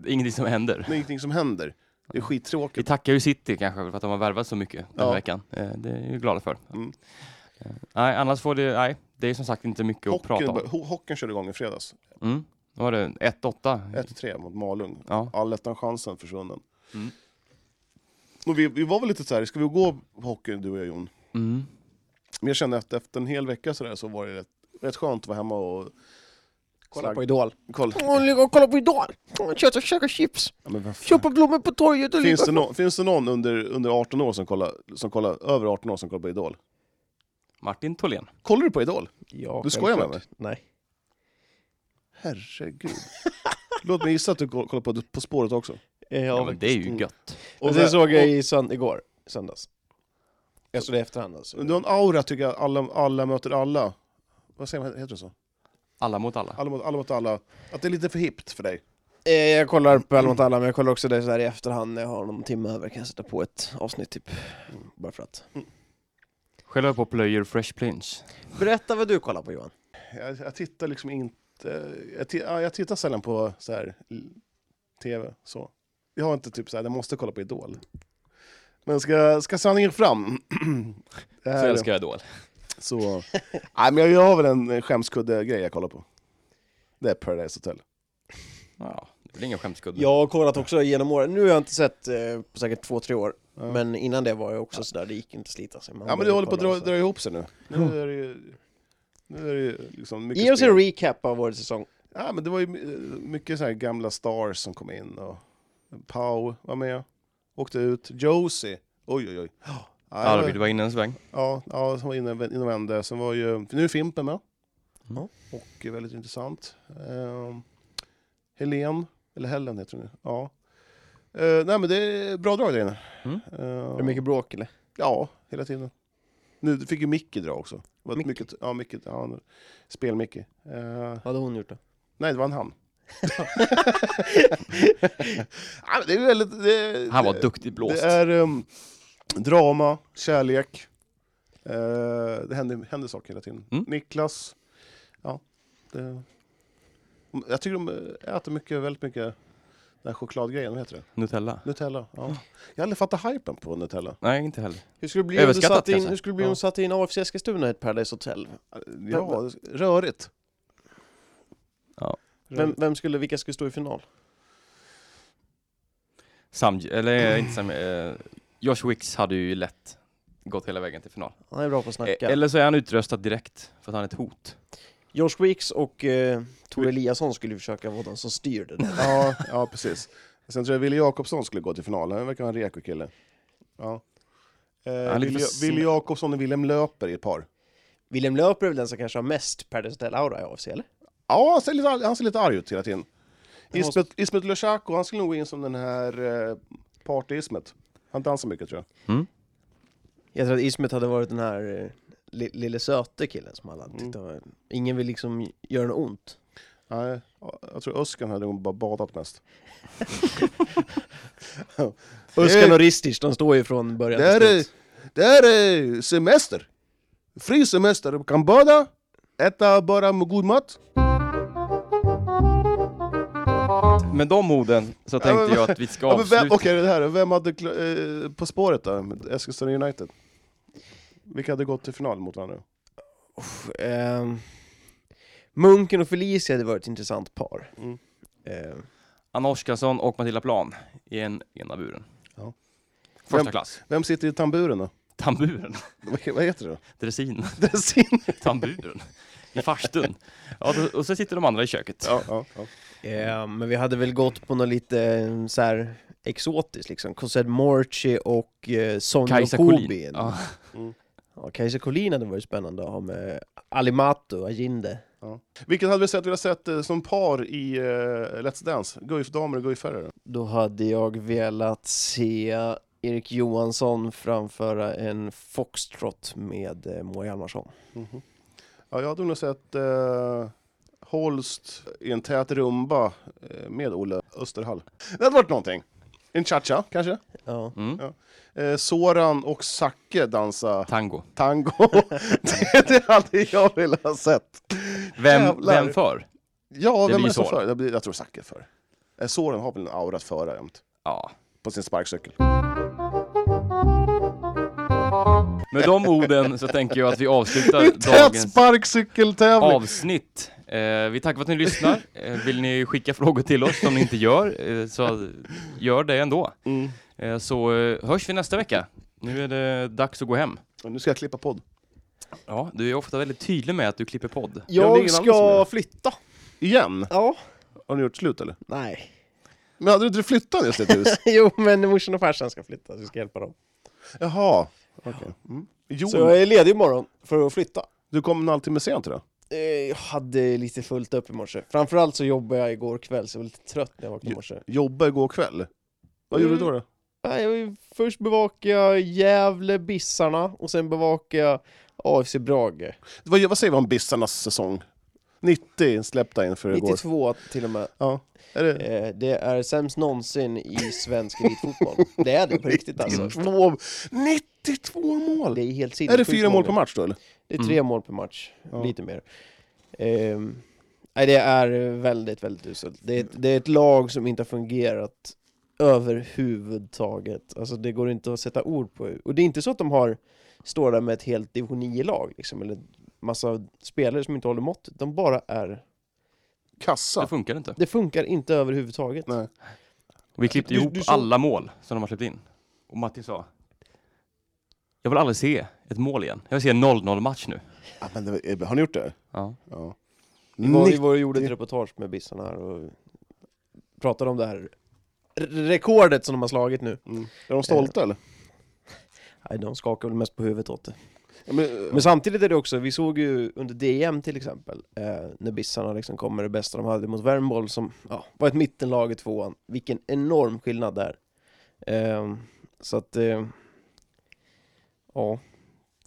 Speaker 1: ingenting som händer.
Speaker 2: det är ingenting som händer. Det
Speaker 1: Vi
Speaker 2: är skittråkigt.
Speaker 1: tackar ju City kanske för att de har värvat så mycket den här
Speaker 2: Ja.
Speaker 1: veckan. Eh, Det är vi glada för.
Speaker 2: Mm.
Speaker 1: Eh, Nej, annars får det, nej, det är som sagt inte mycket att prata
Speaker 2: Hockeyn,
Speaker 1: om.
Speaker 2: bör- ho- hockeyn körde igång i fredags.
Speaker 1: Mm. Då var det 1-8.
Speaker 2: 1-3 mot Malung.
Speaker 1: Ja.
Speaker 2: allettan-chansen försvunnen.
Speaker 1: Mm.
Speaker 2: Och vi, vi var väl lite så här, ska vi gå på hockey du och jag Jon?
Speaker 1: Mm.
Speaker 2: Men jag kände att efter en hel vecka så, där, så var det rätt, rätt skönt att vara hemma och...
Speaker 3: Kolla på Idol.
Speaker 2: Kolla.
Speaker 3: Mm, Kolla på Idol! Kött och käka chips!
Speaker 2: Ja, men vad fan.
Speaker 3: Köpa blommor på torget och
Speaker 2: Finns det, någon, finns det någon under, under 18 år som kollar, som kollar, över 18 år som kollar på Idol?
Speaker 1: Martin Tholén.
Speaker 2: Kollar du på Idol?
Speaker 3: Ja,
Speaker 2: Du skojar med
Speaker 3: självklart. Nej.
Speaker 2: Herregud. Låt mig gissa att du ko- kollar på På spåret också.
Speaker 3: Eh,
Speaker 1: Ja,
Speaker 3: Ja,
Speaker 1: men det är ju
Speaker 2: mm.
Speaker 1: gött.
Speaker 2: Och
Speaker 3: Och
Speaker 2: vä-
Speaker 3: det såg
Speaker 2: och-
Speaker 3: Alltså, jag i sönd- igår, söndags. Jag såg det i efterhand alltså.
Speaker 2: Du har en aura tycker jag, alla, alla möter alla. Vad säger man, heter det så?
Speaker 1: Alla mot alla.
Speaker 2: Alla mot, alla mot alla. Att det är lite för hippt för dig.
Speaker 3: Eh, Jag kollar på Alla mot alla, men jag kollar också det så här i efterhand när jag har någon timme över, kan jag sätta på ett avsnitt typ. Bara för att.
Speaker 1: Själv är jag på Player Fresh Plinch.
Speaker 3: Berätta vad du kollar på Johan.
Speaker 2: Jag, jag tittar liksom inte... Jag, ti- ja, jag tittar sällan på så här, l- tv. Så. Jag har inte typ så här, jag måste kolla på Idol. Men ska, ska sanningen fram? det
Speaker 1: Så
Speaker 2: här,
Speaker 1: älskar jag Idol.
Speaker 2: så, nej, men jag, jag har väl en eh, skämskudde-grej jag kollar på. Det är Paradise Hotel.
Speaker 1: Ja, det blir ingen skämskudde.
Speaker 3: Jag har kollat också genom åren, nu har jag inte sett eh, på säkert två, tre år.
Speaker 2: Ja.
Speaker 3: Men innan det var jag också sådär, det gick inte att slita sig. Man
Speaker 2: ja, men det
Speaker 3: började
Speaker 2: håller på att
Speaker 3: kolla
Speaker 2: dra,
Speaker 3: och så.
Speaker 2: dra ihop sig nu. Nu är det ju... Nu är det ju liksom mycket
Speaker 3: Ge oss
Speaker 2: spel.
Speaker 3: en recap av vår säsong.
Speaker 2: Ja, men det var ju eh, mycket så här gamla stars som kom in och Pau var med, åkte ut, Josie, oj oj oj. Ja,
Speaker 1: Arvid var inne en sväng.
Speaker 2: Ja, ja som var inne, inne och vände. Sen var ju, nu är Fimpen med.
Speaker 3: Ja.
Speaker 2: Och eh, väldigt intressant. Um, Helen, eller Helen heter hon nu. Ja. Eh, nej men det är bra drag där inne.
Speaker 1: Mm.
Speaker 2: Eh,
Speaker 3: Är det mycket bråk eller?
Speaker 2: Ja, hela tiden. Nu fick ju Micke dra också. Det var
Speaker 3: Micke?
Speaker 2: Mycket, ja, mycket, ja, han- spel-Micke. Eh,
Speaker 3: Vad hade hon gjort då?
Speaker 2: nej, det var en han. ja, men det är väldigt... Det,
Speaker 1: Han var
Speaker 2: det-
Speaker 1: duktig blåst.
Speaker 2: det är ehm, drama, kärlek. Eh, det händer, händer saker hela tiden.
Speaker 1: Mm.
Speaker 2: Niklas. Ja, det, jag tycker de äter mycket, väldigt mycket den här chokladgrejen, vad heter det?
Speaker 1: Nutella.
Speaker 2: Nutella.
Speaker 1: Mm.
Speaker 2: Ja. Jag har aldrig fattat hypen på Nutella.
Speaker 1: Nej, inte heller.
Speaker 3: Hur skulle det bli om du
Speaker 1: Överskattat,
Speaker 3: satte in,
Speaker 1: kanske.
Speaker 3: hur skulle det bli om
Speaker 2: Ja.
Speaker 3: du satte in AFC Eskilstuna i ett Paradise Hotel?
Speaker 2: Ja, det- rörigt.
Speaker 1: Ja.
Speaker 3: Vem, vem skulle, vilka skulle stå i final?
Speaker 1: Sam, eller eh, inte Sam, eh, Josh Wicks hade ju lätt gått hela vägen till final.
Speaker 3: Han är bra på att
Speaker 1: Eh,
Speaker 3: snacka.
Speaker 1: eller så är han utröstad direkt för att han är ett hot.
Speaker 3: Josh Weeks och eh, Tor Eliasson skulle ju försöka vara de som styr det där.
Speaker 2: Ja, ja, precis. Sen tror jag Wille Jakobsson skulle gå till finalen, han verkar vara en reko kille. Ja. Eh,
Speaker 1: är lite
Speaker 2: Wille,
Speaker 1: för
Speaker 2: Wille
Speaker 1: snäll.
Speaker 2: Jakobsson och William Löper i ett par.
Speaker 3: William Löper är väl den som kanske har mest Paradise Hotel-aura i AFC, eller?
Speaker 2: Ja, han ser lite, han ser lite arg ut hela tiden.
Speaker 3: Han måste-
Speaker 2: Ismet, Ismet Lushako, han skulle nog gå in som den här eh, party-Ismet. Han dansar mycket tror jag.
Speaker 3: Jag tror att Ismet hade varit den här eh, li- lille söte killen som alla tyckte var... Ingen vill liksom göra något ont.
Speaker 2: Nej, jag tror Öskan hade nog bara badat mest.
Speaker 3: Öskan och Ristic, de står ju från början
Speaker 2: Det är, det är eh, semester! Fri semester, du kan bada, äta bara god mat.
Speaker 1: Med de orden så tänkte
Speaker 2: men-
Speaker 1: jag att vi ska
Speaker 2: Ja, men vem,
Speaker 1: avsluta.
Speaker 2: okej, det här, vem hade kla- eh, På spåret då, med Eskilstuna United? Vilka hade gått till final mot varandra?
Speaker 3: Ehm, Munken och Felicia hade varit ett intressant par.
Speaker 2: Mm.
Speaker 3: Ehm,
Speaker 1: Anna Oskarsson och Matilda Plan i en ena buren.
Speaker 2: Ja.
Speaker 1: Första
Speaker 2: Vem-
Speaker 1: klass.
Speaker 2: Vem sitter i tamburen då?
Speaker 1: Tamburen.
Speaker 2: Vad vad heter det? då?
Speaker 1: Dressin.
Speaker 2: Dressin?
Speaker 1: Tamburen. I farstun. Ja, då- och så sitter de andra i köket.
Speaker 2: Ja, ja, ja.
Speaker 3: ehm, men vi hade väl gått på något lite eh, så här exotiskt liksom. Cosette Morci och eh, Sonja
Speaker 1: Kajsa
Speaker 3: Kobin.
Speaker 1: Collin. Ja.
Speaker 2: Mm,
Speaker 3: Ja, Kajsa Collin hade varit spännande att ha med Alimato och Aginde.
Speaker 2: Vilket hade vi sett, vi hade sett eh, som par i eh, Let's Dance? Guif-damer och Guif-herrar?
Speaker 3: Då hade jag velat se Erik Johansson framföra en foxtrot med eh, Moa Hjalmarsson.
Speaker 2: Mhm. Ja, jag hade nog sett eh, Holst i en tät rumba eh, med Olle Österhall. Det hade varit någonting. En cha-cha kanske?
Speaker 3: Ja.
Speaker 1: Mm.
Speaker 2: Eh, Soran och Zacke dansa
Speaker 1: Tango.
Speaker 2: tango. det, det hade jag velat ha sett.
Speaker 1: Vem,
Speaker 2: Jävlar.
Speaker 1: vem för?
Speaker 2: Ja,
Speaker 1: Det blir
Speaker 2: vem är det som
Speaker 1: Soran.
Speaker 2: för? Det blir, jag tror Zacke för. Eh, Soran har väl en aura att föra jämt.
Speaker 1: Ja.
Speaker 2: På sin sparkcykel.
Speaker 1: Med de orden så tänker jag att vi avslutar
Speaker 2: En tät
Speaker 1: dagens
Speaker 2: sparkcykeltävling!
Speaker 1: avsnitt. Eh, vi tackar för att ni lyssnar. Eh, vill ni skicka frågor till oss som ni inte gör, eh, så gör det ändå.
Speaker 2: Mm.
Speaker 1: Eh, så eh, hörs vi nästa vecka. Nu är det dags att gå hem.
Speaker 2: Och Nu ska jag klippa podd.
Speaker 1: Ja, du är ofta väldigt tydlig med att du klipper podd.
Speaker 2: Ja, det är
Speaker 3: Jag
Speaker 2: ingen annan som gör
Speaker 3: ska
Speaker 2: det.
Speaker 3: flytta.
Speaker 2: Igen?
Speaker 3: Ja.
Speaker 2: Har ni gjort slut eller?
Speaker 3: Nej.
Speaker 2: Men hade du inte flyttat just ditt hus?
Speaker 3: jo, men morsan och farsan ska flytta, så vi ska hjälpa dem.
Speaker 2: Jaha. Okay. Mm.
Speaker 3: Så
Speaker 2: Jon,
Speaker 3: jag är ledig imorgon för att flytta.
Speaker 2: du kom en halvtimme sent idag.
Speaker 3: Eh, Jag hade lite fullt upp i morse. Framförallt så jobbade jag igår kväll, så jag var lite trött när jag vaknade i
Speaker 2: Jo.
Speaker 3: morse.
Speaker 2: Jobbade igår kväll. Vad
Speaker 3: Mm.
Speaker 2: gjorde du då? då?
Speaker 3: Nej, jag vill- Först bevakade jag Gävle, Bissarna, och sen bevakade jag AFC Brage.
Speaker 2: Vad, vad säger vi om Bissarnas säsong? 90 släppta inför igår.
Speaker 3: 92 till och med.
Speaker 2: Ja. Är det
Speaker 3: Eh, Det är sämst någonsin i svensk elitfotboll. Det är det på riktigt alltså.
Speaker 2: 92, 92 mål?
Speaker 3: Det är helt
Speaker 2: är det
Speaker 3: sinnessjukt
Speaker 2: fyra mål
Speaker 3: många.
Speaker 2: per match då eller?
Speaker 3: Det är tre mål per match,
Speaker 2: Ja.
Speaker 3: lite mer. Ehm, nej, det är väldigt, väldigt uselt. Det är, ett, det är ett lag som inte har fungerat överhuvudtaget. Alltså det går inte att sätta ord på. Och det är inte så att de har, står där med ett helt division 9-lag liksom, eller massa spelare som inte håller måttet. De bara är...
Speaker 1: Det
Speaker 2: Kassa.
Speaker 1: funkar inte.
Speaker 3: Det funkar inte överhuvudtaget.
Speaker 2: Nej.
Speaker 1: Och vi klippte
Speaker 3: Du-
Speaker 1: ihop
Speaker 3: du såg-
Speaker 1: alla mål som de har släppt in. Och Martin sa, jag vill aldrig se ett mål igen. Jag vill se en 0-0 match nu.
Speaker 2: Ja, men det, har ni gjort det?
Speaker 1: Ja.
Speaker 2: Ja.
Speaker 3: Vi var, vi
Speaker 2: Nitt-
Speaker 3: var och gjorde ett reportage med Bissan här och pratade om det här r- rekordet som de har slagit nu.
Speaker 2: Mm. Är de
Speaker 3: Eh.
Speaker 2: stolta eller?
Speaker 3: Nej, de skakar väl mest på huvudet åt det.
Speaker 2: Ja, men, eh,
Speaker 3: Men samtidigt är det också, vi såg ju under DM till exempel, eh, när Bissarna liksom kom med det bästa de hade mot Värmboll som ja, var ett mittenlag i tvåan. Vilken enorm skillnad där. Eh, så att, eh, ja,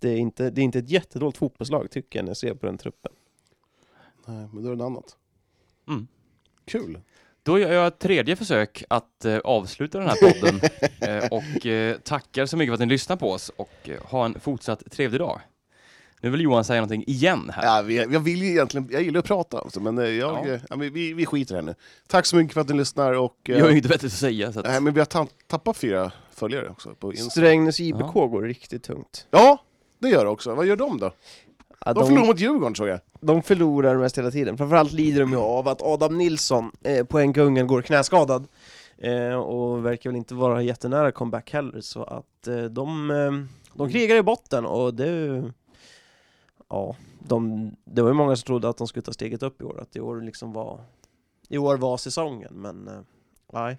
Speaker 3: det är, inte, det är inte ett jättedåligt fotbollslag tycker jag när jag ser på den truppen.
Speaker 2: nej, men då är det något annat.
Speaker 1: Mm.
Speaker 2: Kul.
Speaker 1: Då gör jag ett tredje försök att eh, avsluta den här podden eh, och eh, tackar så mycket för att ni lyssnar på oss och eh, ha en fortsatt trevlig dag. Nu vill Johan säga någonting igen här.
Speaker 2: Ja, vi, jag vill ju egentligen, jag gillar att prata alltså, men eh, jag,
Speaker 1: Ja.
Speaker 2: ja. men vi, vi skiter i det här nu. Tack så mycket för att ni lyssnar och... eh,
Speaker 1: Jag har ju inte bättre att säga så att...
Speaker 2: nej, men vi har ta- tappat fyra följare också på Instagram.
Speaker 3: Strängnäs IBK går riktigt tungt.
Speaker 2: Ja, det gör det också. Vad gör de då?
Speaker 3: Ja,
Speaker 2: De förlorade mot Djurgården såg jag.
Speaker 3: De förlorar mest hela tiden, framförallt lider de ju av att Adam Nilsson, eh, poängkungen, går knäskadad eh, och verkar väl inte vara jättenära comeback heller, så att eh, de, eh, de krigar i botten och det... Ja, de, det var ju många som trodde att de skulle ta steget upp i år, att i år liksom var... I år var säsongen, men... Eh, nej.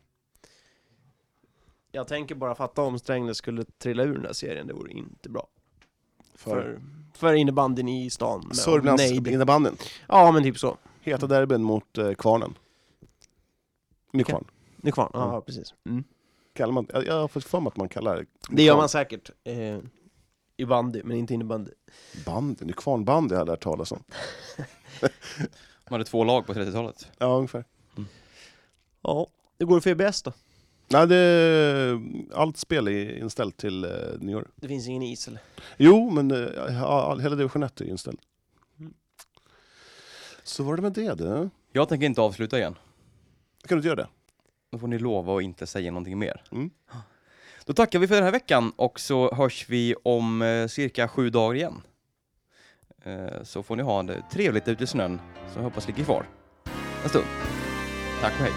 Speaker 3: Jag tänker bara fatta om Strängnäs skulle trilla ur den här serien, det vore inte bra.
Speaker 2: För
Speaker 3: För, för innebandyn i stan. med
Speaker 2: Sörmlands
Speaker 3: Nejd.
Speaker 2: innebandyn.
Speaker 3: Ja, men typ så.
Speaker 2: Heta derbyn mot eh, Kvarnen. Nykvarn.
Speaker 3: Nu kvar. Ja,
Speaker 2: Mm.
Speaker 3: precis.
Speaker 2: Kallar man, jag jag har fått för mig att man kallar det
Speaker 3: Det gör man säkert. Eh, I bandy, men inte innebandy.
Speaker 2: bandy. Nykvarnbandy har jag lärt talas om.
Speaker 1: De hade två lag på 30-talet.
Speaker 2: Ja, ungefär.
Speaker 3: Ja, det går för EBS då?
Speaker 2: Nej, det, allt spel är inställt till eh, nyår.
Speaker 3: Det finns ingen is eller?
Speaker 2: Jo, men eh, ja, all- hela division 1 är inställd.
Speaker 3: Mm.
Speaker 2: Så var det med det du.
Speaker 1: Jag tänker inte avsluta igen.
Speaker 2: Kan du inte göra det?
Speaker 1: Då får ni lova att inte säga någonting mer.
Speaker 2: Mm.
Speaker 1: Då tackar vi för den här veckan och så hörs vi om eh, cirka sju dagar igen. Eh, så får ni ha det trevligt ute i snön som jag hoppas ligger kvar en stund. Tack och hej.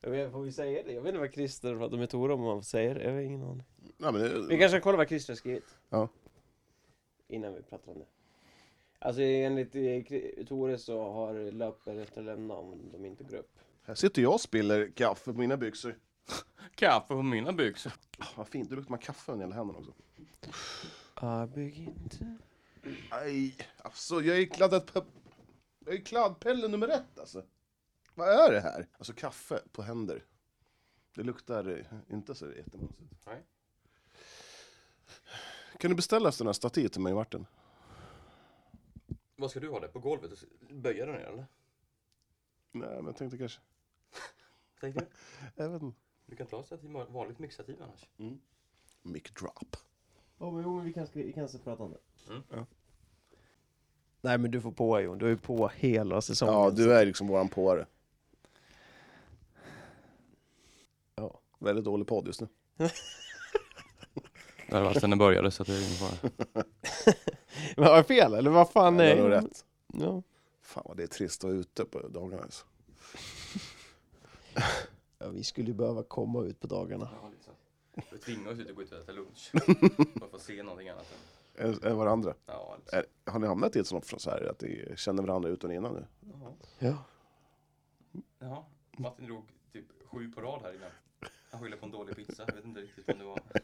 Speaker 3: Jag vet, får vi säga det? Jag vet inte vad Christer pratade med Tore om, om man får säga det. Jag har ingen aning.
Speaker 2: Nej, men, eh,
Speaker 3: Vi kanske ska kolla vad Christer har skrivit?
Speaker 2: Ja.
Speaker 3: Innan vi pratar om det. Alltså enligt eh, Kri- Tore så har löpare rätt att lämna om de inte går upp.
Speaker 2: Här sitter jag och spiller kaffe på mina byxor.
Speaker 1: Kaffe på mina byxor.
Speaker 2: Ah, vad fint, då luktar man kaffe under hela händerna också.
Speaker 3: Jag bygger inte.
Speaker 2: Aj, alltså jag är kladdat pe- Jag är kladdpelle nummer ett alltså. Vad är det här? Alltså kaffe på händer. Det luktar eh, inte så jättemysigt.
Speaker 1: Nej.
Speaker 2: Kan du beställa efter den här statyn till mig Martin?
Speaker 1: Vad ska du ha det? På golvet? Böja dig ner eller?
Speaker 2: Nej, men jag tänkte kanske...
Speaker 1: Tänkte,
Speaker 2: Jag vet inte.
Speaker 1: du kan ta stativ, vanligt mixativ annars.
Speaker 2: Mm. Mic drop.
Speaker 3: Oh, jo, men vi kan, vi kan prata om det.
Speaker 1: Mm.
Speaker 2: Ja.
Speaker 3: Nej men du får på Jon, du är på hela säsongen.
Speaker 2: Ja, du är liksom våran påare.
Speaker 3: Ja.
Speaker 2: Väldigt dålig podd just nu.
Speaker 1: Det var sedan den började så att det är ingen fara.
Speaker 3: Men har jag fel eller vad fan
Speaker 2: Nej,
Speaker 3: är
Speaker 2: du har nog rätt.
Speaker 3: Ja.
Speaker 2: Fan vad det är trist att vara ute på dagarna. Alltså.
Speaker 3: ja, vi skulle ju behöva komma ut på dagarna.
Speaker 1: Du tvingar oss ut och gå ut och äta lunch. Man får se någonting annat. Än,
Speaker 2: Än än varandra.
Speaker 1: ja, liksom.
Speaker 2: Är, har ni hamnat i ett sånt så här att ni känner varandra utan och innan nu?
Speaker 3: Ja.
Speaker 1: Jaha, Martin drog typ sju på rad här innan. Han skyller på en dålig pizza, jag vet inte riktigt om det var...